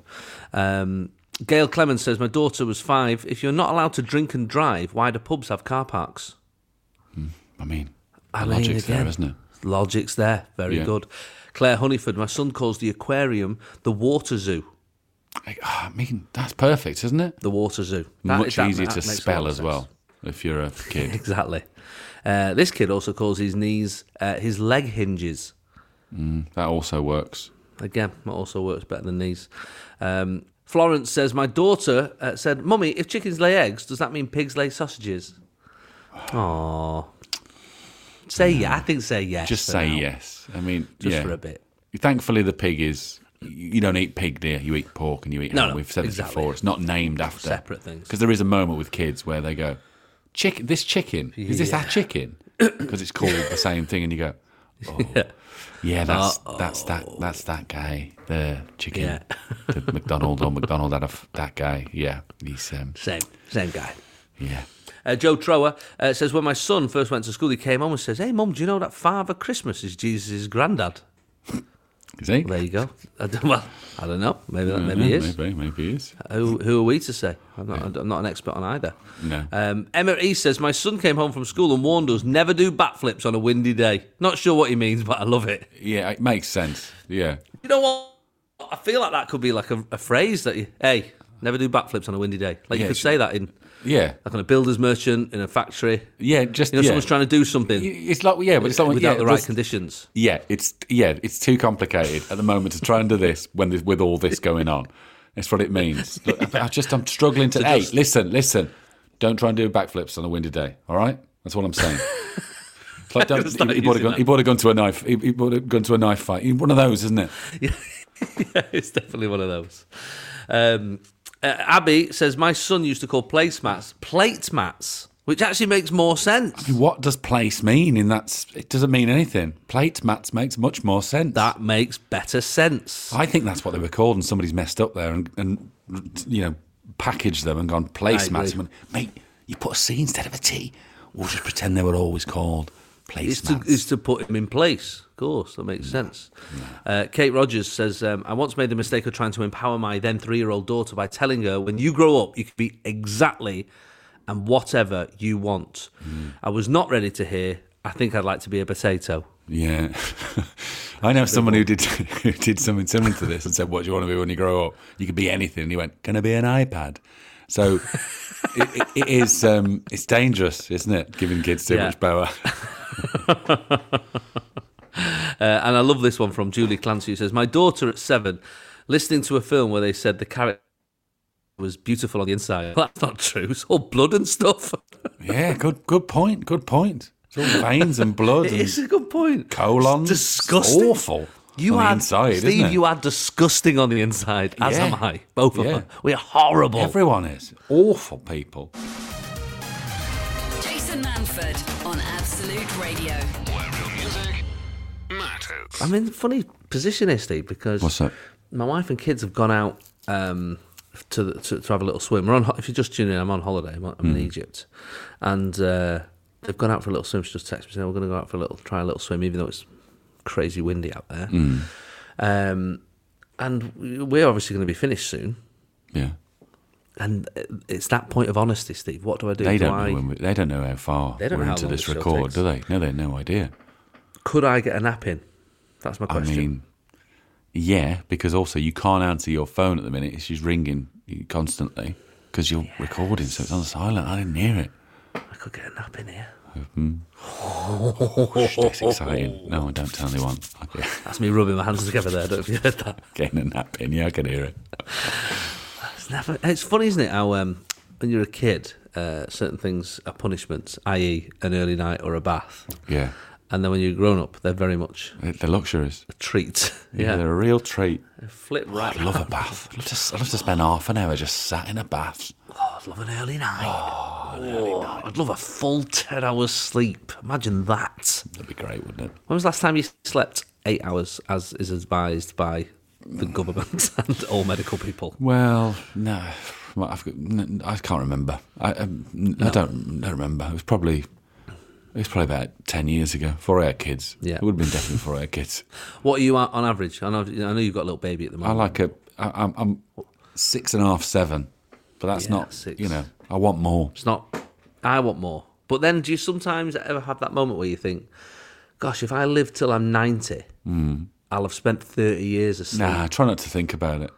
S3: um, Gail Clemens says my daughter was five. If you're not allowed to drink and drive, why do pubs have car parks?
S4: I mean,
S3: I
S4: the
S3: mean,
S4: logic's
S3: again,
S4: there, isn't it?
S3: Logic's there. Very
S4: Yeah.
S3: good. Claire Honeyford, my son calls the aquarium the water zoo.
S4: I, ah, I mean, that's perfect, isn't it?
S3: The water zoo.
S4: Much
S3: that-
S4: easier
S3: that
S4: to
S3: makes a lot
S4: spell
S3: of
S4: as
S3: sense.
S4: well if you're a kid.
S3: Exactly. Uh, this kid also calls his knees uh, his leg hinges.
S4: that also works.
S3: Again, that also works better than these. Um, Florence says, My daughter uh, said, Mummy, if chickens lay eggs, does that mean pigs lay sausages? Aww. Say yeah. I think say yes.
S4: Just
S3: for
S4: say
S3: now.
S4: yes. I mean,
S3: Just
S4: yeah.
S3: for a bit.
S4: Thankfully, the pig is. You don't eat pig, dear. You eat pork and you eat
S3: No,
S4: ham.
S3: no,
S4: We've said
S3: exactly.
S4: this before. It's not named after
S3: Separate things.
S4: Because there is a moment with kids where they go, "Chick, this chicken is this
S3: [coughs]
S4: our chicken?" Because it's called the same thing, and you go,
S3: [laughs]
S4: "Oh, yeah, that's that's that that's that guy, the chicken,
S3: Yeah.
S4: [laughs] the McDonald or McDonald that of- that guy. Yeah, he's um,
S3: Same, same guy.
S4: yeah."
S3: Uh, Joe Trower uh, says, When my son first went to school, he came home and says, Hey, Mum, do you know that Father Christmas is Jesus' granddad?
S4: Is he?
S3: There you go. [laughs] I don't- well, I don't know. Maybe, that, maybe he
S4: Yeah,
S3: is. Uh,
S4: Maybe, maybe he is.
S3: Who, who are we to say? I'm not, I'm not an expert on either.
S4: No.
S3: Um, Emma E says, My son came home from school and warned us never do backflips on a windy day. Not sure what he means, but I love it.
S4: Yeah, it makes sense. Yeah.
S3: You know what? I feel like that could be like a, a phrase that you, hey, never do backflips on a windy day. Like you
S4: Yeah,
S3: could
S4: it's-
S3: say that in,
S4: Yeah.
S3: like on a builder's merchant, in a factory.
S4: Yeah, just
S3: You know,
S4: yeah.
S3: someone's trying to do something
S4: It's like yeah, but it's like
S3: without
S4: yeah,
S3: the right
S4: there's- [laughs]
S3: conditions. [laughs]
S4: Yeah, it's yeah, it's too complicated at the moment to try and do this when there's, with all this going on. That's what
S3: [laughs]
S4: it means. Look, I just I'm struggling to. hey,
S3: just-
S4: listen, listen. Don't try and do backflips on a windy day. All right, that's what I'm saying.
S3: [laughs]
S4: It's like, don't,
S3: Just start
S4: he, he, bought a
S3: using
S4: gun,
S3: that.
S4: he bought a gun to a knife. He, he bought a gun to a knife fight. He- One of those, isn't it?
S3: yeah, it's definitely one of those. Um, uh, Abby says my son used to call placemats plate mats, which actually makes more sense.
S4: What does place mean in that? s- It doesn't mean anything. Plate mats makes much more sense.
S3: That makes better sense.
S4: I think that's what they were called, and somebody's messed up there and, and you know, packaged them and gone
S3: agree.
S4: placemats. And went, Mate, you put a C instead of a T. We'll just pretend they were always called
S3: It's to,
S4: placemats.
S3: it's to put him in place. Of course, that makes sense. Uh, Kate Rogers says, um, I once made the mistake of trying to empower my then three year old daughter by telling her, when you grow up, you can be exactly and whatever you want. I was not ready to hear, I think I'd like to be a potato.
S4: yeah, [laughs] I know someone who did [laughs] who did something similar to this and said, "What do you want to be when you grow up? You could be anything." And he went, "Can I be an iPad?"
S3: [laughs]
S4: So it, it, it is um, it's dangerous, isn't it? Giving kids too
S3: Yeah.
S4: much power. [laughs]
S3: Uh, and I love this one from Julie Clancy, who says, My daughter at seven, listening to a film where they said the character was beautiful on the inside. [laughs] Well, that's not true. It's all blood and stuff.
S4: yeah, good good point. Good point. It's all veins and
S3: [laughs]
S4: blood
S3: It
S4: and
S3: is a good point.
S4: colons.
S3: It's disgusting.
S4: It's awful.
S3: You
S4: on
S3: are
S4: the inside,
S3: Steve.
S4: isn't it?
S3: You are disgusting on the inside, as
S4: Yeah.
S3: am I. Both of
S4: Yeah.
S3: us. We are horrible.
S4: Everyone is awful people.
S1: Jason Manford on Absolute Radio.
S2: Where real music matters.
S3: I'm in a funny position here, Steve, because
S4: What's that?
S3: my wife and kids have gone out um, to, the, to to have a little swim. We're on. ho- If you're just tuning in, I'm on holiday. I'm, on- I'm
S4: Hmm.
S3: in Egypt, and uh, they've gone out for a little swim. She just texted me saying we're going to go out for a little try a little swim, even though it's crazy windy out there.
S4: Hmm.
S3: Um, and we- we're obviously going to be finished soon.
S4: Yeah.
S3: And uh, it's that point of honesty, Steve. What do I do?
S4: They
S3: do
S4: don't,
S3: I,
S4: know when we, they don't know how far
S3: They don't
S4: we're
S3: know how
S4: into
S3: long
S4: this
S3: this show
S4: record,
S3: takes.
S4: do they? No, they have no idea.
S3: could I get a nap in? That's my question.
S4: I mean, yeah, because also you can't answer your phone at the minute. It's just ringing constantly because you're recording, so it's on silent. I didn't hear it.
S3: I could get a nap in here.
S4: Mm. Gosh,
S3: Oh,
S4: that's exciting. No, don't tell anyone. Okay, [laughs]
S3: That's me rubbing my hands together there. I don't know if you heard that.
S4: getting a nap in. Yeah, I can hear it.
S3: It's never. It's funny, isn't it? How um, when you're a kid, uh, certain things are punishments, i.e., an early night or a bath,
S4: Yeah,
S3: and then when you're grown up, they're very much
S4: they're, they're luxuries.
S3: a treat.
S4: Yeah,
S3: Yeah,
S4: they're a real treat.
S3: flip right.
S4: I love a bath. I love, to, I love to spend half an hour just sat in a bath.
S3: Oh, I'd love an early night. Oh, I'd love a full ten hours sleep. Imagine that.
S4: That'd be great, wouldn't it?
S3: When was the last time you slept eight hours, as is advised by the government [laughs] and all medical people?
S4: Well, no, well, I've got, n- I can't remember. I, um, n- I don't, don't remember. It was probably it was probably about ten years ago. Four hour kids.
S3: Yeah.
S4: it would have been definitely four hour kids.
S3: What are you at on average? I know, I know you've got a little baby at the
S4: I
S3: moment.
S4: like a. I, I'm, I'm six and a half, seven, but that's
S3: Yeah,
S4: not.
S3: six.
S4: You know, I want more.
S3: It's not. I want more. But then, do you sometimes ever have that moment where you think, "Gosh, if I live till I'm 90, I'll have spent thirty years asleep."
S4: Hmm. Nah, I try not to think about it.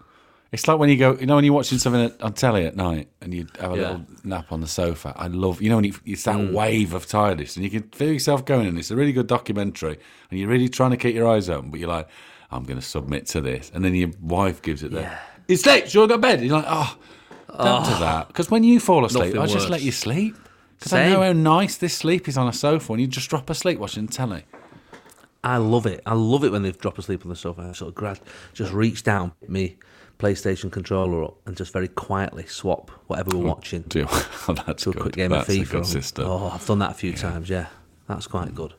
S4: It's like when you go, you know, when you're watching something at, on telly at night and you have a
S3: Yeah. Mm.
S4: little nap on the sofa. I love, you know, when you, it's that wave of tiredness and you can feel yourself going in. It's a really good documentary and you're really trying to keep your eyes open, but you're like, I'm going to submit to this. And then your wife gives it there. It's late, should I go to bed? You're like, oh, don't do that. Because when you fall asleep,
S3: Nothing
S4: I just let
S3: worse.
S4: you sleep. Because I
S3: Same.
S4: know how nice this sleep is on a sofa and you just drop asleep watching telly.
S3: I love it. I love it when they drop asleep on the sofa. I sort of grad, just reach down, pick me PlayStation controller up, and just very quietly swap whatever
S4: Hmm.
S3: we're watching
S4: [laughs] Do you- Oh, that's
S3: to a
S4: good.
S3: quick game
S4: that's
S3: of
S4: a
S3: FIFA.
S4: good system.
S3: Oh, I've done that a few times. Yeah, that's quite good.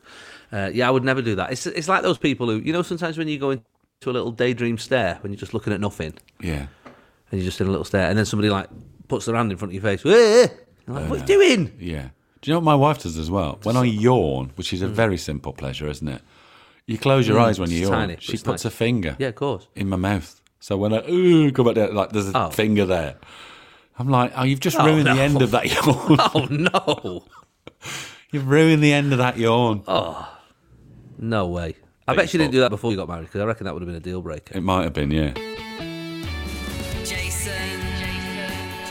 S3: Uh, yeah, I would never do that. It's it's like those people who you know sometimes when you go into a little daydream stare when you're just looking at nothing.
S4: Yeah.
S3: and you're just in a little stare, and then somebody like puts their hand in front of your face. "Eh!" You're like, what are you doing?
S4: Yeah. Do you know what my wife does as well? When I yawn, which is a very simple pleasure, isn't it? You close your
S3: Mm,
S4: eyes when you
S3: it's
S4: yawn.
S3: tiny, but
S4: she
S3: it's
S4: puts
S3: nice.
S4: a finger
S3: Yeah, of course. [laughs]
S4: in my mouth. So when I ooh, go back down, like there's a
S3: Oh.
S4: finger there. I'm like, oh, you've just
S3: Oh,
S4: ruined the
S3: no.
S4: end
S3: [laughs]
S4: of that yawn. [laughs]
S3: Oh no,
S4: you've ruined the end of that yawn.
S3: Oh. no way. I bet you didn't do that before you got married because I reckon that would have been a deal breaker.
S4: It might have been, yeah.
S1: Jason.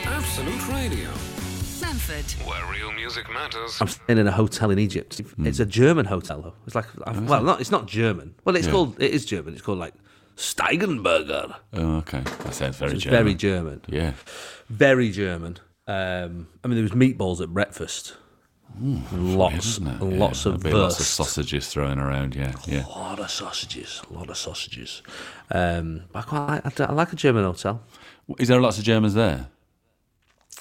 S2: Absolute Radio. Um.
S1: Manford.
S2: Where real music matters.
S3: I'm staying in a hotel in Egypt.
S4: Hmm.
S3: It's a German hotel though. It's like, well, not it's not German. Well, it's
S4: Oh, Yeah.
S3: called it is German. It's called like Steigenberger.
S4: Oh, okay. That sounds very
S3: It's
S4: German.
S3: very German.
S4: yeah.
S3: Very German. Um, I mean, there was meatballs at breakfast. And lots,
S4: Mm, Isn't it?
S3: and
S4: Yeah,
S3: lots of
S4: there'd be lots of
S3: bursts.
S4: sausages thrown around, yeah. Yeah.
S3: A lot of sausages, a lot of sausages. Um, but I quite like, I, do- I like a German hotel. Oh.
S4: Is there lots of Germans there?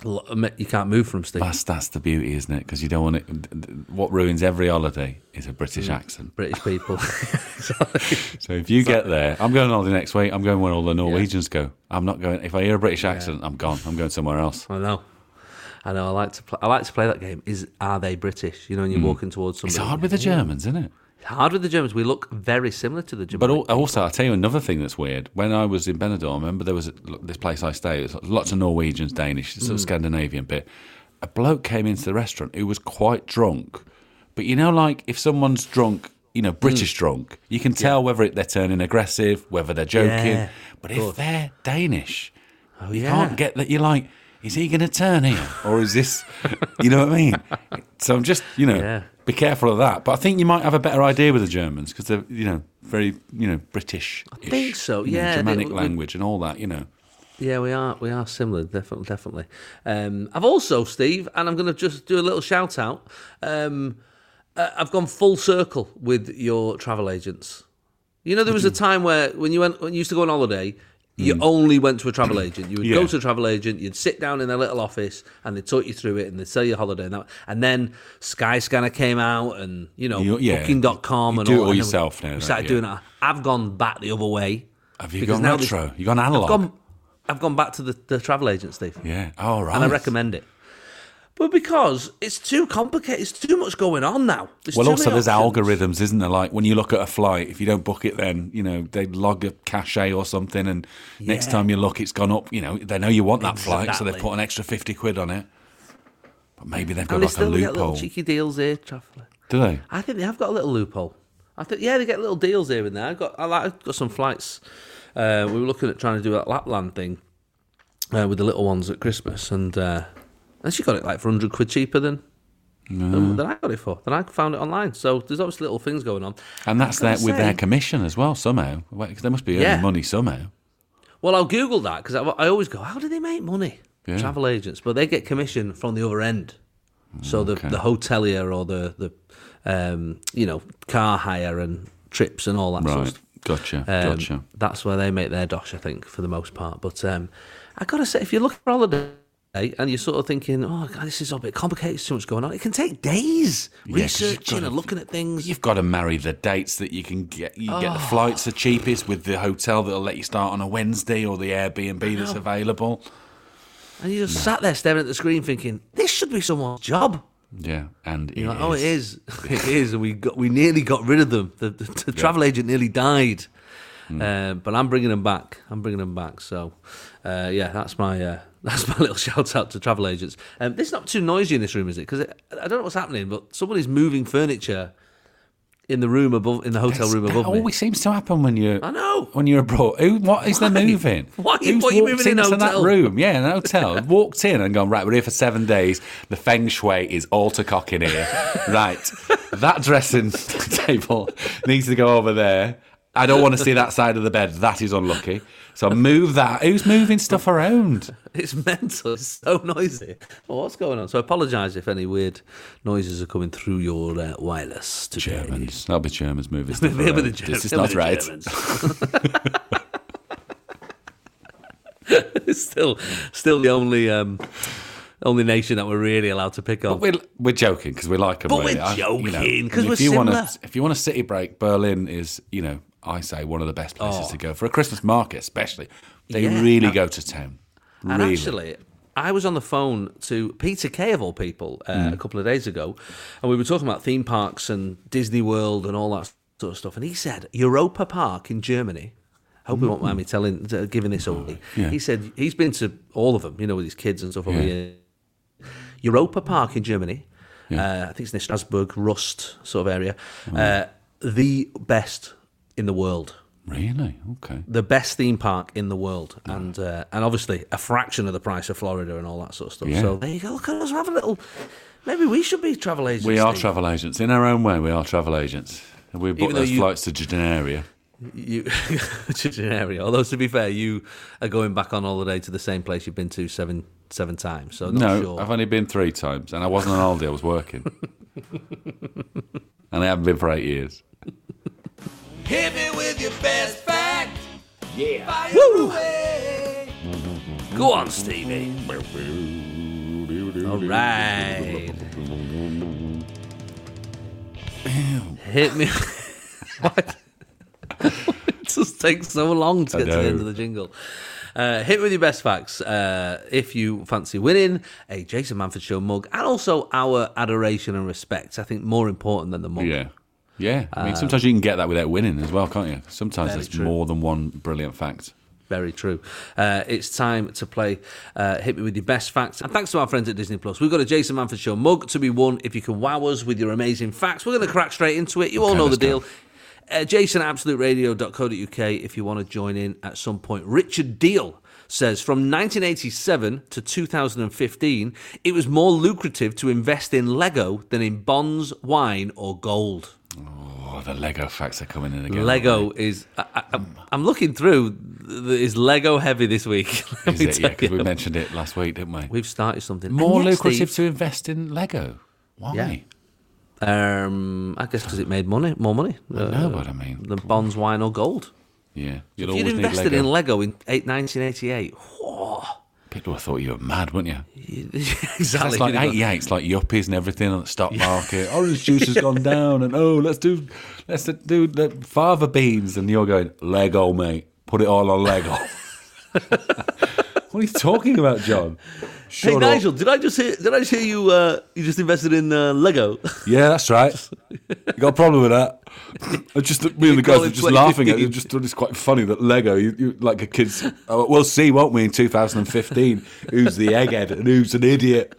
S3: Lo- I mean, You can't move from Steve.
S4: That's that's the beauty, isn't it? Because you don't want it. What ruins every holiday is a British
S3: Mm.
S4: accent.
S3: British
S4: [laughs]
S3: people.
S4: So if you get there, I'm going on holiday next week. I'm going where all the Norwegians go. I'm not going. If I hear a British accent, I'm gone. I'm going somewhere
S3: [laughs]
S4: else.
S3: I know. I know. I like to play. I like to play that game. Is are they British? You know, and you're walking towards somebody.
S4: It's Hmm. hard with the Germans, isn't it?
S3: It's hard with the Germans. We look very similar to the Germans.
S4: But al- also, I'll tell you another thing that's weird. When I was in Benidorm, I remember there was a, look, this place I stayed, it was lots of Norwegians, Danish,
S3: Mm.
S4: sort of Scandinavian bit. A bloke came into the restaurant who was quite drunk. But you know, like if someone's drunk, you know,
S3: Mm.
S4: British drunk, you can tell whether it, they're turning aggressive, whether they're joking.
S3: Yeah, Oh,
S4: but if they're Danish, you
S3: yeah.
S4: can't get that. You're like, is he going to turn here? Or is this, you know what I mean? So I'm just, you know,
S3: Yeah.
S4: be careful of that. But I think you might have a better idea with the Germans because they're, you know, very, you know, British. I
S3: think so, yeah, they-
S4: Germanic
S3: we-
S4: language and all that, you know.
S3: Yeah, we are we are similar, definitely, definitely. Um, I've also, Steve, and I'm going to just do a little shout out. Um, uh, I've gone full circle with your travel agents. You know, there
S4: Mm.
S3: was a time where when you went when you used to go on holiday, you only went to a travel agent. You would
S4: Yeah.
S3: go to a travel agent, you'd sit down in their little office, and they talk you through it, and they would sell you a holiday. And, that, and then Skyscanner came out, and you know,
S4: You- yeah.
S3: Booking.com,
S4: You
S3: and
S4: do it
S3: all, and
S4: all
S3: then
S4: yourself now,
S3: We
S4: don't
S3: started
S4: you?
S3: doing that. I've gone back the other way.
S4: Have you
S3: Because
S4: gone
S3: now they-
S4: retro? You gone analog?
S3: I've gone, I've gone back to the, the travel agent, Steve.
S4: yeah. All right.
S3: And I recommend it. But because it's too complicated, it's too much going on now. There's
S4: Well,
S3: too
S4: also
S3: many
S4: there's
S3: options.
S4: algorithms, isn't there? Like when you look at a flight, if you don't book it, then you know they log a cachet or something, and next
S3: Yeah.
S4: time you look, it's gone up. You know they know you want that flight, so they've
S3: Exactly.
S4: put an extra fifty quid on it. But maybe they've got
S3: And they
S4: like a
S3: still get little
S4: loophole,
S3: cheeky deals here, traveller.
S4: do they?
S3: I think they have got a little loophole. I think yeah, they get little deals here and there. I got I like, I've got some flights. Uh, we were looking at trying to do that Lapland thing uh, with the little ones at Christmas, and uh, and she got it like for hundred quid cheaper than. Than, than I got it for. Than I found it online. So there's obviously little things going on.
S4: And that's
S3: I've
S4: their,
S3: gotta
S4: with their
S3: say-
S4: commission as well somehow, because they must be earning
S3: Yeah.
S4: money somehow.
S3: Well, I'll Google that because I, I always go, how do they make money?
S4: Yeah.
S3: Travel agents, but they get commission from the other end. So the
S4: Okay.
S3: the hotelier or the the um, you know car hire and trips and all that sort of
S4: Right,
S3: stuff.
S4: gotcha,
S3: Um,
S4: gotcha.
S3: That's where they make their dosh, I think, for the most part. But um, I gotta say, if you look for holiday and you're sort of thinking, oh God, this is all a bit complicated, there's too much going on. It can take days
S4: 'cause you've
S3: researching
S4: gotta-
S3: and looking at things.
S4: You've got to marry the dates that you can get. You get the flights
S3: Oh.
S4: the cheapest with the hotel that'll let you start on a Wednesday, or the Airbnb that's available.
S3: and you just sat there staring at the screen, thinking, this should be someone's job.
S4: Yeah, and it
S3: You're like, oh, it is, [laughs] it is, and we got we nearly got rid of them. The, the, the travel agent nearly died,
S4: Hmm.
S3: Uh, but I'm bringing them back. I'm bringing them back. So, uh, yeah, that's my uh, [laughs] that's my little shout out to travel agents. Um, this is not too noisy in this room, is it? Because I don't know what's happening, but somebody's moving furniture in the room above in the hotel room
S4: That
S3: above me.
S4: always seems to happen when you.
S3: I know. [laughs]
S4: When you're abroad, who? What is
S3: Why?
S4: they moving?
S3: Why-
S4: Who's
S3: what are you
S4: walked
S3: moving in a
S4: into that
S3: hotel?
S4: room? Yeah, in a
S3: [laughs]
S4: hotel. walked in and gone right. We're here for seven days. The feng shui is all to cock in
S3: [laughs]
S4: here. right, that dressing [laughs] table needs to go over there. I don't want to see that side of the bed. That is unlucky. So move that. Who's moving
S3: [laughs]
S4: stuff around?
S3: It's mental. It's so noisy. Well, what's going on? So, I apologise if any weird noises are coming through your uh, wireless today.
S4: Germans. That'll be
S3: [laughs]
S4: Germans moving stuff
S3: Maybe
S4: around.
S3: the Ger-
S4: This is
S3: maybe
S4: not
S3: the
S4: right.
S3: Germans.
S4: [laughs]
S3: It's still, still the only um, only nation that we're really allowed to pick on.
S4: We're, we're joking because we like them.
S3: But
S4: really.
S3: we're
S4: I- you know,
S3: joking, 'cause
S4: if
S3: we're
S4: you
S3: similar.
S4: Want a, if you want a city break, Berlin is, you know, I say one of the best places to go for a Christmas market, especially. They
S3: Oh. Yeah.
S4: really go to town.
S3: and
S4: really.
S3: actually, I was on the phone to Peter Kay of all people uh,
S4: Hmm.
S3: a couple of days ago, and we were talking about theme parks and Disney World and all that sort of stuff. And he said Europa Park in Germany. I hope he won't mind me telling, uh, giving this away.
S4: Hmm. Oh, Yeah.
S3: He said he's been to all of them, you know, with his kids and stuff over the years. Europa Park in Germany. Uh, I think it's near Strasbourg, Rust sort of area.
S4: Oh,
S3: Uh, the best in the world.
S4: really? Okay.
S3: The best theme park in the world, and uh, and obviously a fraction of the price of Florida and all that sort of stuff.
S4: Yeah.
S3: So there you go. Look at us have a little. Maybe we should be travel agents.
S4: We are
S3: Steve.
S4: travel agents. In our own way, we are travel agents. We book
S3: though
S4: those
S3: you-
S4: flights to Jordanaria.
S3: You, just an area. Although to be fair, you are going back on holiday to the same place you've been to seven seven times. So not
S4: No,
S3: sure.
S4: I've only been three times, and I wasn't on holiday, I
S3: [laughs]
S4: was working. and I haven't been for eight years.
S6: Hit me with your best fact. Yeah. Fire
S3: Woo!
S6: away.
S3: Go on, Stevie. All right. Hit me. What? [laughs] it just takes so long to
S4: I
S3: get to the
S4: know.
S3: end of the jingle. Uh, hit me with your best facts uh, if you fancy winning a Jason Manford Show mug and also our adoration and respect. I think more important than the mug.
S4: Yeah. Yeah. I mean, sometimes you can get that without winning as well, can't you? Sometimes there's
S3: Uh, true.
S4: more than one brilliant fact.
S3: Very true. Uh, it's time to play uh, Hit Me With Your Best Facts. And thanks to our friends at Disney Plus, we've got a Jason Manford Show mug to be won if you can wow us with your amazing facts. We're going to crack straight into it. You all
S4: Okay,
S3: know the
S4: let's go.
S3: deal. Uh, Jason at absoluteradio.co.uk if you want to join in at some point. Richard Deal says from 1987 to 2015, it was more lucrative to invest in Lego than in bonds, wine, or gold.
S4: Oh, the Lego facts are coming in again.
S3: Lego is. I, I, I'm- I'm looking through. th- Is Lego heavy this week? [laughs] Let
S4: Is
S3: me
S4: it?
S3: tell
S4: Yeah, because
S3: you.
S4: we mentioned it last week, didn't we?
S3: We've started something And
S4: More
S3: yes,
S4: lucrative
S3: Steve,
S4: to invest in Lego. Why?
S3: Yeah. um, I guess because it made money, more money. Uh,
S4: I know what I mean.
S3: than bonds, wine, or gold.
S4: Yeah. You'd
S3: If you'd
S4: always need
S3: invested
S4: Lego.
S3: in Lego in eight- 1988, whoa,
S4: People thought you were mad, wouldn't you?
S3: [laughs] exactly.
S4: That's like
S3: you'd have
S4: 88. It's like yuppies and everything on the stock market. Orange juice has gone down, and oh, let's do let's do the fava beans. And you're going Lego, mate. Put it all on Lego. [laughs] what are you talking about, John?
S3: gone- Hey
S4: Shut up.
S3: Nigel, did I just hear? Did I just hear you? Uh, you just invested in uh, Lego. [laughs]
S4: Yeah, that's right. You got a problem with that? I just me and the guys
S3: call
S4: were
S3: it
S4: just laughing at
S3: 2015.
S4: it. Just thought it's quite funny that Lego, you, you like a kid's. Oh, we'll see, won't we? In 2015, who's the egghead and who's an idiot?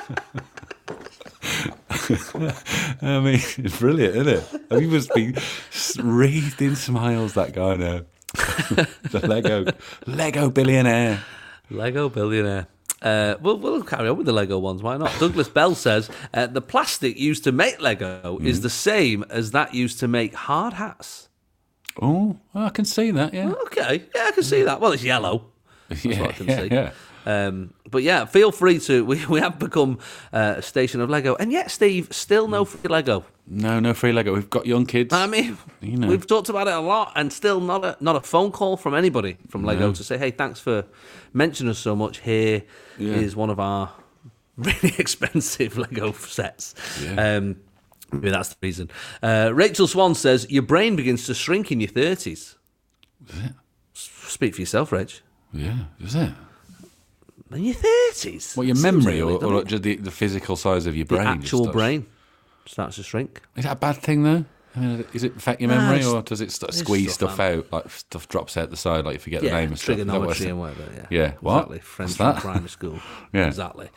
S4: [laughs] I mean, it's brilliant, isn't it? I mean, he must be wreathed in smiles. That guy now, [laughs] the Lego, Lego billionaire.
S3: Lego billionaire. Uh, well, we'll carry on with the Lego ones. Why not? Douglas Bell says uh, the plastic used to make Lego is the same as that used to make hard hats.
S4: Oh, I can see that. Yeah.
S3: Okay, yeah, I can see that. Well, it's yellow.
S4: yeah,
S3: what I can
S4: yeah,
S3: see.
S4: yeah.
S3: Um, but yeah, feel free to. [laughs] We, we have become uh, a station of Lego, and yet, Steve, still no free Lego.
S4: No, no free Lego. We've got young kids.
S3: I mean,
S4: You know.
S3: we've talked about it a lot, and still not a not a phone call from anybody from Lego to say, "Hey, thanks for mentioning us so much. Here is
S4: Yeah.
S3: one of our [laughs] really expensive Lego sets."
S4: Yeah.
S3: Um, maybe that's the reason. Uh, Rachel Swan says your brain begins to shrink in your thirties. Speak for yourself, Reg.
S4: yeah, is it?
S3: In your thirties.
S4: What your memory or, or just the, the physical size of your
S3: the
S4: brain? just
S3: actual
S4: starts-
S3: brain starts to shrink.
S4: Is that a bad thing though? I mean, is it affect your memory
S3: it's-
S4: or does it start
S3: it's
S4: squeeze
S3: stuff,
S4: stuff, out? Like stuff drops out the side, like you forget the
S3: Yeah,
S4: name of stuff. Is that what I
S3: trigonometry
S4: said?
S3: and whatever. Yeah,
S4: Yeah, what?
S3: exactly.
S4: What's
S3: Friends
S4: that?
S3: from primary school.
S4: [laughs] Yeah.
S3: exactly.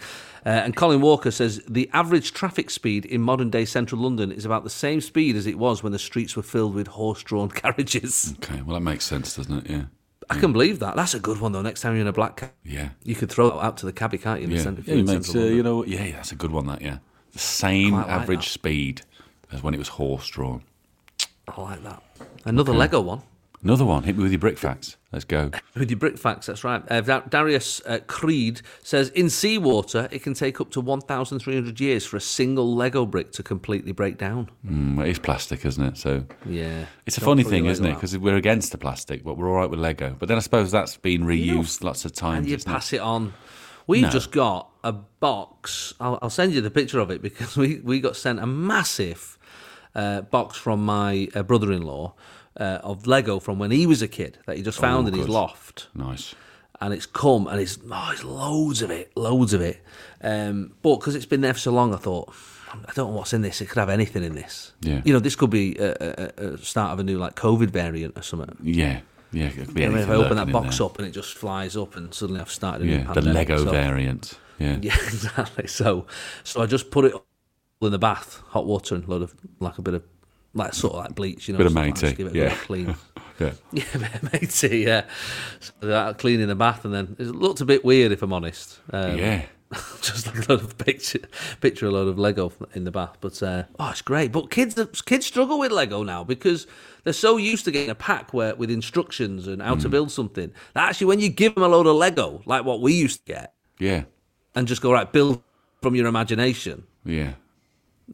S3: Uh, and Colin Walker says the average traffic speed in modern day central London is about the same speed as it was when the streets were filled with horse-drawn [laughs] carriages.
S4: Okay, well that makes sense, doesn't it? Yeah,
S3: I can believe that. That's a good one though. Next time you're in a black cab,
S4: yeah,
S3: you could throw that out to the cabbie, can't you? in the
S4: yeah.
S3: centre-
S4: yeah
S3: in
S4: you makes, uh,
S3: central London?
S4: you know, what? yeah, yeah, that's a good one. That yeah, the same
S3: Quite like
S4: average
S3: that.
S4: speed as when it was horse drawn.
S3: I like that. Another Lego one.
S4: Another one. Hit me with your brick facts. Let's go.
S3: With your brick facts, that's right. Uh, Da- Darius uh, Creed says in seawater, it can take up to 1,300 years for a single Lego brick to completely break down.
S4: Mm, it is plastic, isn't it? So
S3: Yeah.
S4: It's a
S3: Don't
S4: funny
S3: throw
S4: thing,
S3: your
S4: isn't it?
S3: Lego out.
S4: Because we're against the plastic, but we're all right with Lego. But then I suppose that's been reused lots of times.
S3: and you
S4: isn't it?
S3: pass it on. We've just got a box. I'll, I'll send you the picture of it [laughs] because we, we got sent a massive uh, box from my uh, brother in law uh, of Lego from when he was a kid that he just found in his
S4: Oh, good.
S3: loft.
S4: Nice.
S3: And it's come and it's, oh, it's loads of it, loads of it. Um, but because it's been there for so long, I thought, I don't know what's in this. It could have anything in this.
S4: Yeah.
S3: You know, this could be a, a, a- a start of a new like COVID variant or something.
S4: Yeah. Yeah. It could be
S3: And if
S4: anything
S3: I open
S4: lurking
S3: that
S4: in
S3: box
S4: there.
S3: up and it just flies up, and suddenly I've started. a new
S4: Yeah. The
S3: pandemic.
S4: Lego
S3: so,
S4: variant. Yeah.
S3: [laughs] Yeah, exactly. So, so I just put it in the bath, hot water, and a load of like a bit of like sort of like bleach, you know,
S4: Bit of
S3: stuff like that,
S4: matey,
S3: just give it a
S4: yeah.
S3: bit of clean. [laughs]
S4: Yeah.
S3: Yeah, a bit of matey, yeah. So that cleaning the bath, and then it looked a bit weird, if I'm honest. Um,
S4: Yeah.
S3: [laughs] just like a load of picture, picture a load of Lego in the bath. But uh, oh, it's great. But kids, kids struggle with Lego now because they're so used to getting a pack where with instructions and how to build something. That actually, when you give them a load of Lego, like what we used to get,
S4: Yeah.
S3: and just go right, build from your imagination,
S4: Yeah.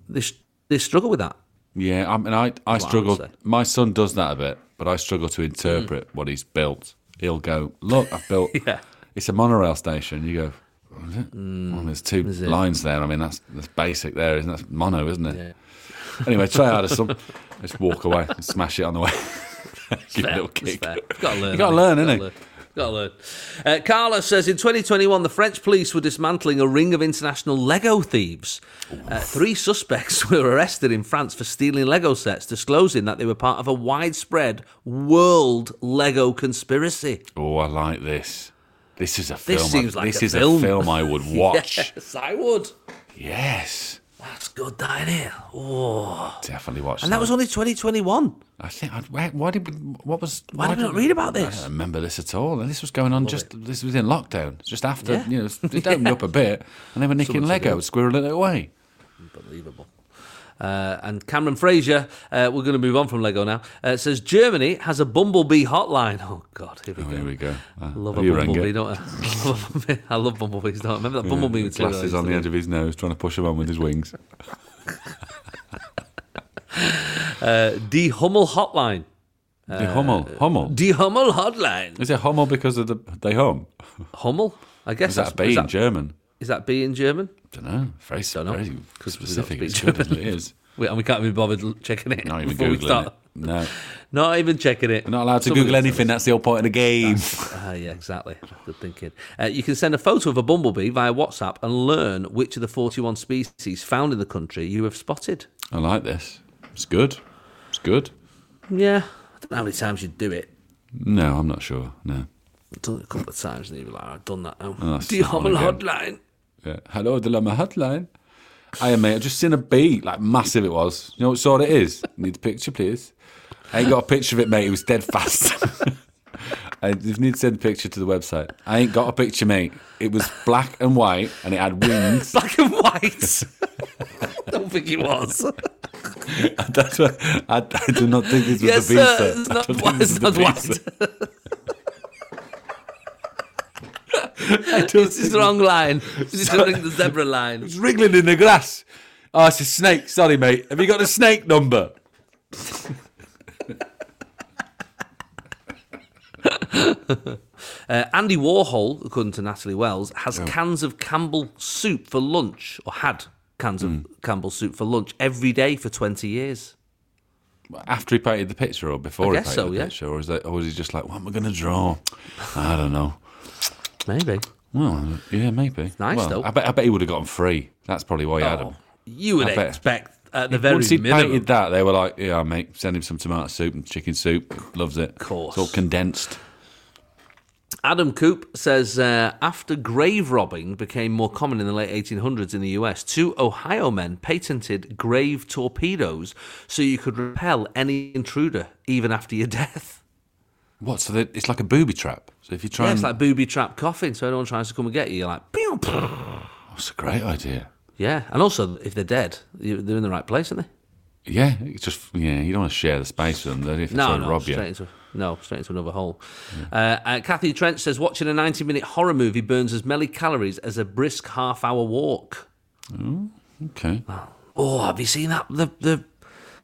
S3: they s- they struggle with that.
S4: Yeah, I mean, I, I
S3: what I
S4: struggle.
S3: would say.
S4: My son does that a bit, but I struggle to interpret what he's built. He'll go, look, I've built.
S3: [laughs] Yeah. Mm,
S4: It's a monorail station. You go, "What is it? Well, there's two lines there. I mean, that's that's basic there, isn't it? That's mono, isn't it? [laughs] Anyway, try
S3: [laughs]
S4: harder. Some, just walk away and smash it on the way. [laughs] Give it a
S3: Fair,
S4: little
S3: it's [laughs]
S4: kick.
S3: fair. You've got to learn.
S4: You gotta
S3: haven't
S4: learn,
S3: You've
S4: innit?
S3: Gotta learn. Gotta learn. Uh, Carlos says in 2021, the French police were dismantling a ring of international Lego thieves. Uh, three suspects [laughs] were arrested in France for stealing Lego sets, disclosing that they were part of a widespread world Lego conspiracy.
S4: Oh, I like this. This is a film.
S3: This
S4: I-
S3: seems like [laughs]
S4: this
S3: a
S4: is
S3: film.
S4: a film I would watch.
S3: Yes, I would.
S4: Yes.
S3: That's good, that in it. Oh.
S4: Definitely watched
S3: And that was only 2021.
S4: I think. I, why, why did we? What was?
S3: Why did we not read about
S4: I
S3: this?
S4: don't remember this at all. And this was going on just. This was in lockdown. Just after
S3: Yeah.
S4: you know, it
S3: [laughs]
S4: opened up a bit, and they were nicking
S3: much to
S4: Lego, squirreling it away.
S3: Unbelievable. Uh, and Cameron Fraser, uh, we're going to move on from Lego now. Uh, says Germany has a bumblebee hotline. Oh God, here we
S4: Oh,
S3: go.
S4: here we go. Ah,
S3: Love a
S4: have you rang
S3: bumblebee,
S4: it?
S3: don't I? I love, a bumblebee. I [laughs] love bumblebees. Don't I? Remember that
S4: Yeah,
S3: bumblebee
S4: the
S3: with two eyes
S4: glasses on
S3: that
S4: the
S3: we-
S4: edge of his nose, trying to push him on with his wings.
S3: D Hummel hotline.
S4: the
S3: Uh,
S4: Hummel, Hummel.
S3: D Hummel hotline.
S4: Is it Hummel because of the they hum?
S3: Hummel. I guess
S4: Is that
S3: that's-
S4: a B in
S3: is that,
S4: German?
S3: is that B in German?
S4: Don't know. Very,
S3: know,
S4: very
S3: 'cause we don't
S4: specific.
S3: speak
S4: It's good, isn't it? It is.
S3: We, and we can't be bothered l- checking it.
S4: Not even
S3: before we
S4: googling
S3: start.
S4: it. No,
S3: Not even checking it.
S4: we're not allowed to
S3: Somebody-
S4: Google anything. That's the whole point of the game.
S3: Ah, yeah, exactly. Good thinking. Uh, you can send a photo of a bumblebee via WhatsApp and learn which of the 41 species found in the country you have spotted.
S4: I like this. It's good. It's good.
S3: Yeah, I don't know how many times you do it.
S4: No, I'm not sure. No.
S3: I've done it a couple of times, and you'd be like, I've done that now.
S4: Oh, that's
S3: do you
S4: not
S3: have a
S4: one again.
S3: hotline?
S4: Yeah. Hello, the Lama Hotline. I am mate. I just seen a bee, like massive it was. You know what sort it is? Need a picture, please. I ain't got a picture of it, mate. It was dead fast. [laughs] I you need to send a picture to the website. I ain't got a picture, mate. It was black and white, and it had wings.
S3: [laughs] Black and white. I [laughs] don't think it was.
S4: [laughs] [laughs] That's what, I, I do not think this was
S3: yes,
S4: a bee.
S3: sir.
S4: sir.
S3: It's
S4: I
S3: not
S4: don't think
S3: white.
S4: this
S3: It's
S4: was
S3: not
S4: a bee,
S3: white.
S4: sir. I don't
S3: This
S4: think
S3: is the wrong line. This is the the zebra
S4: [laughs]
S3: line.
S4: It's wriggling in the grass. Oh, it's a snake. Sorry, mate. Have you got the snake number?
S3: Uh, Andy Warhol, according to Natalie Wells, has cans of Campbell soup for lunch, or had cans
S4: Hmm.
S3: of Campbell soup for lunch every day for 20 years.
S4: After he painted the picture or before
S3: I
S4: he
S3: guess
S4: painted
S3: so,
S4: the
S3: yeah.
S4: picture? Or, is that, or was he just like, what am I going to draw? I don't know.
S3: Maybe.
S4: Well, yeah, maybe.
S3: nice,
S4: Well,
S3: though.
S4: I bet, I bet he would have gotten free. That's probably why he had him.
S3: You would
S4: I bet.
S3: expect at the very
S4: Once he
S3: minimum.
S4: painted that, they were like, yeah, mate, send him some tomato soup and chicken soup. Loves it. Of
S3: course.
S4: It's all condensed.
S3: Adam Coop says uh, after grave robbing became more common in the late 1800s in the US, two Ohio men patented grave torpedoes so you could repel any intruder even after your death.
S4: What? So that it's like a booby trap. So if you try
S3: Yeah,
S4: and.
S3: it's like booby trap coffin, so anyone tries to come and get you, you're like, pew, pew.
S4: oh, it's a great idea.
S3: yeah. And also, if they're dead, you- they're in the right place, aren't they?
S4: Yeah, it's just yeah. You don't want to share the space with them. do you, If they try
S3: No,
S4: and
S3: no,
S4: rob you.
S3: straight into no, straight into another hole. Uh, uh, Kathy Trench says watching a 90-minute horror movie burns as many calories as a brisk half-hour walk.
S4: Okay.
S3: Oh, have you seen that the the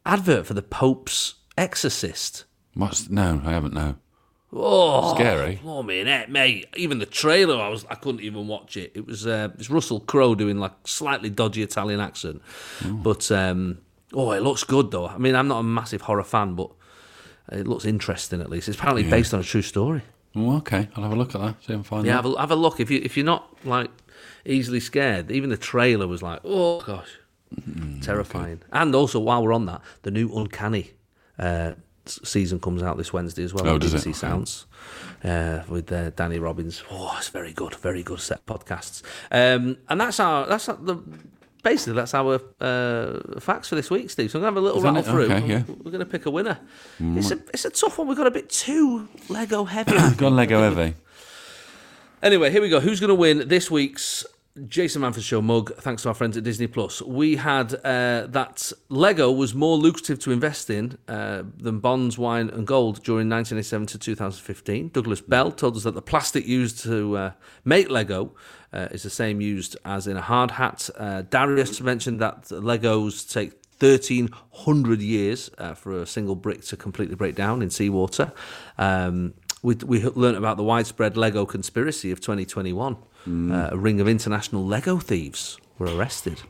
S3: advert for the Pope's exorcist?
S4: What's no? I haven't. No.
S3: Oh,
S4: Scary.
S3: Blimey, in it, mate. Even the trailer, I was I couldn't even watch it. It was uh, it's Russell Crowe doing like slightly dodgy Italian accent, but um, oh, it looks good though. I mean, I'm not a massive horror fan, but it looks interesting at least. It's apparently based on a true story.
S4: Oh, okay. I'll have a look at that. See if I can find
S3: Yeah,
S4: that.
S3: have a, have a look if you if you're not like easily scared. Even the trailer was like, oh gosh,
S4: Mm-hmm.
S3: terrifying. And also, while we're on that, the new Uncanny uh, s- season comes out this Wednesday as well.
S4: Oh,
S3: on
S4: does it?
S3: BBC
S4: Okay.
S3: Sounds uh, with uh, Danny Robbins. Oh, it's very good, very good set of podcasts. Um, and that's our that's our- the. Basically, that's our uh, facts for this week, Steve. So I'm gonna have a little
S4: Is that
S3: rattle
S4: it?
S3: through.
S4: Okay,
S3: and
S4: yeah. Mm.
S3: We're gonna pick a winner. It's a it's a tough one. We got a bit too Lego
S4: [clears throat]
S3: heavy. I
S4: Got Lego Heavy.
S3: Anyway, here we go. Who's going to win this week's Jason Manford Show mug? Thanks to our friends at Disney Plus. We had uh, that Lego was more lucrative to invest in uh, than bonds, wine, and gold during 1987 to 2015. Douglas Bell told us that the plastic used to uh, make Lego. Uh, is the same used as in a hard hat. Uh, Darius mentioned that Legos take 1300 years uh, for a single brick to completely break down in seawater. Um, we, we learned about the widespread Lego conspiracy of 2021. Uh, a ring of international Lego thieves were arrested.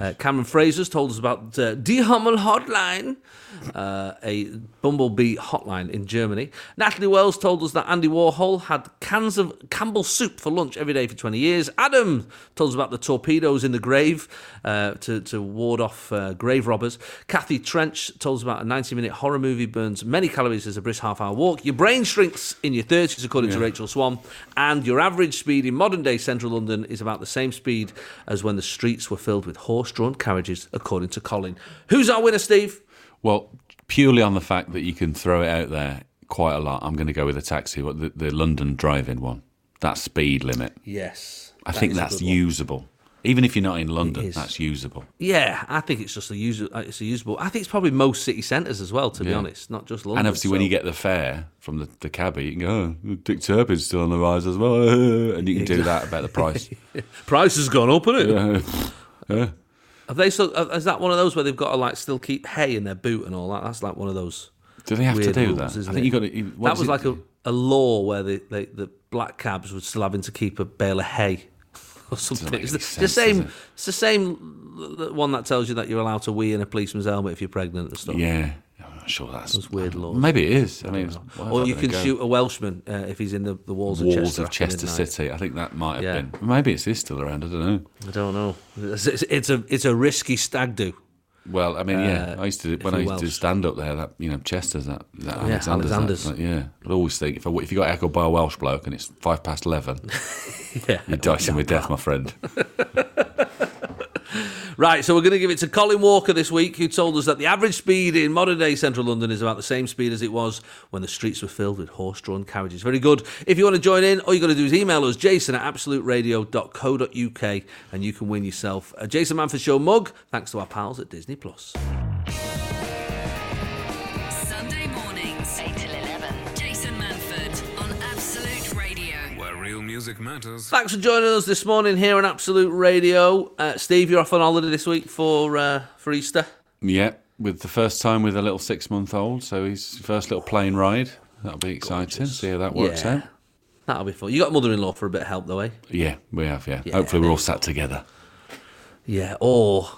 S3: Uh, Cameron Fraser's told us about uh, Die Hummel Hotline, uh, a bumblebee hotline in Germany. Natalie Wells told us that Andy Warhol had cans of Campbell soup for lunch every day for 20 years. Adam told us about the torpedoes in the grave uh, to, to ward off uh, grave robbers. Kathy Trench told us about a 90 minute horror movie burns many calories as a brisk half hour walk. Your brain shrinks in your 30s, according to Rachel Swan. And your average speed in modern day central London is about the same speed as when the the streets were filled with horse-drawn carriages, according to Colin. Who's our winner, Steve?
S4: Well, purely on the fact that you can throw it out there quite a lot, I'm going to go with a taxi, what- the, the London drive-in one. That speed limit.
S3: Yes,
S4: I
S3: that
S4: think
S3: is a
S4: that's
S3: good one.
S4: usable. Even if you're not in London,
S3: is.
S4: that's usable.
S3: Yeah, I think it's just a user. It's a usable. I think it's probably most city centres as well. To be
S4: Yeah.
S3: honest, not just London.
S4: And obviously, when
S3: so-
S4: you get the fare from the, the cabbie, you can go, oh, Dick Turpin's still on the rise as well. [laughs] And you can do that about
S3: [laughs]
S4: the price. [laughs]
S3: price has gone up, hasn't it?
S4: Yeah.
S3: Have they still? uh, Is that one of those where they've got to like still keep hay in their boot and all that? That's like one of those.
S4: Do they have to
S3: weird
S4: do
S3: rules,
S4: that?
S3: isn't
S4: I think
S3: it?
S4: you got to. what
S3: that was
S4: is it?
S3: like a, a law where the, they, the black cabs were still having to keep a bale of hay [laughs] or something.
S4: make
S3: It's
S4: any
S3: the, it's the
S4: sense, does
S3: same.
S4: it?
S3: It's the same l- l- one that tells you that you're allowed to wee in a policeman's helmet if you're pregnant and stuff.
S4: Yeah. I'm not sure that's.
S3: Those weird laws.
S4: Maybe it is. I mean, it's- why
S3: Or
S4: have I
S3: you
S4: let
S3: can
S4: it go?
S3: shoot a Welshman uh, if he's in the, the walls,
S4: walls
S3: of Chester.
S4: of
S3: after
S4: Chester
S3: midnight.
S4: City. I think that might have
S3: Yeah.
S4: been. Maybe it's is still around. I don't know.
S3: I don't know. It's, it's, it's a it's a risky stag do. [laughs]
S4: Well, I mean, yeah. I used to
S3: Uh, if
S4: when I
S3: you're
S4: used to
S3: Welsh.
S4: stand up there. That you know, Chester's that, that Alexander's. that-
S3: Alexander's.
S4: that- yeah, I'd always think if I, if you got echoed by a Welsh bloke and it's five
S3: [laughs]
S4: past eleven,
S3: Yeah.
S4: you're dicing
S3: [laughs]
S4: with death, my friend.
S3: Right, so we're going to give it to Colin Walker this week, who told us that the average speed in modern day central London is about the same speed as it was when the streets were filled with horse drawn carriages. Very good. If you want to join in, all you got to do is email us, jason at absoluteradio.co.uk, and you can win yourself a Jason Manford Show mug, thanks to our pals at Disney Plus.
S1: Sunday mornings, 8 till 11. Jason Manford on Absolute Radio.
S2: Where real music matters.
S3: Thanks for joining us this morning here on Absolute Radio. Uh, Steve, you're off on holiday this week for uh, for Easter.
S4: yeah, with the first time with a little six-month-old, so his first little plane ride. That'll be exciting. See how that works
S3: Yeah.
S4: out.
S3: That'll be fun. You got mother-in-law for a bit of help, though, eh?
S4: Yeah, we have. Yeah, hopefully we're all sat together.
S3: Yeah, or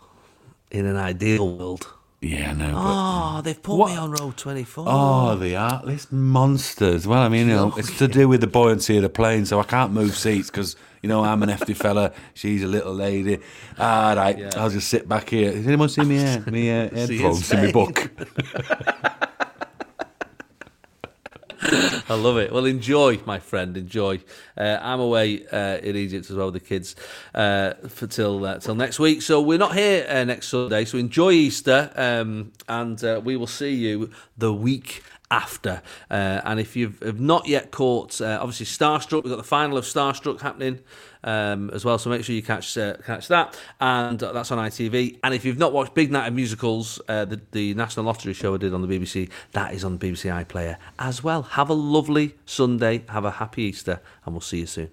S3: in an ideal world.
S4: Yeah, no.
S3: Oh, they've put me on road 24.
S4: Oh, the artless monsters. Well, I mean, you know, it's to do with the buoyancy of the plane, so I can't move seats because, you know, I'm an hefty fella. She's a little lady. All right, I'll just sit back here. Has anyone seen me, uh, me
S3: [laughs]
S4: uh,
S3: See his
S4: headphones in my
S3: face.
S4: book?
S3: I love it. Well, enjoy, my friend, enjoy. Uh, I'm away uh, in Egypt as well with the kids uh, for till uh, till next week. So we're not here uh, next Sunday. So enjoy Easter, um, and uh, we will see you the week after. Uh, and if you've have not yet caught, uh, obviously Starstruck, we've got the final of Starstruck happening. Um, as well, so make sure you catch uh, catch that, and that's on ITV. And if you've not watched Big Night of Musicals, uh, the, the National Lottery show I did on the BBC, that is on BBC iPlayer as well. Have a lovely Sunday, have a happy Easter, and we'll see you soon.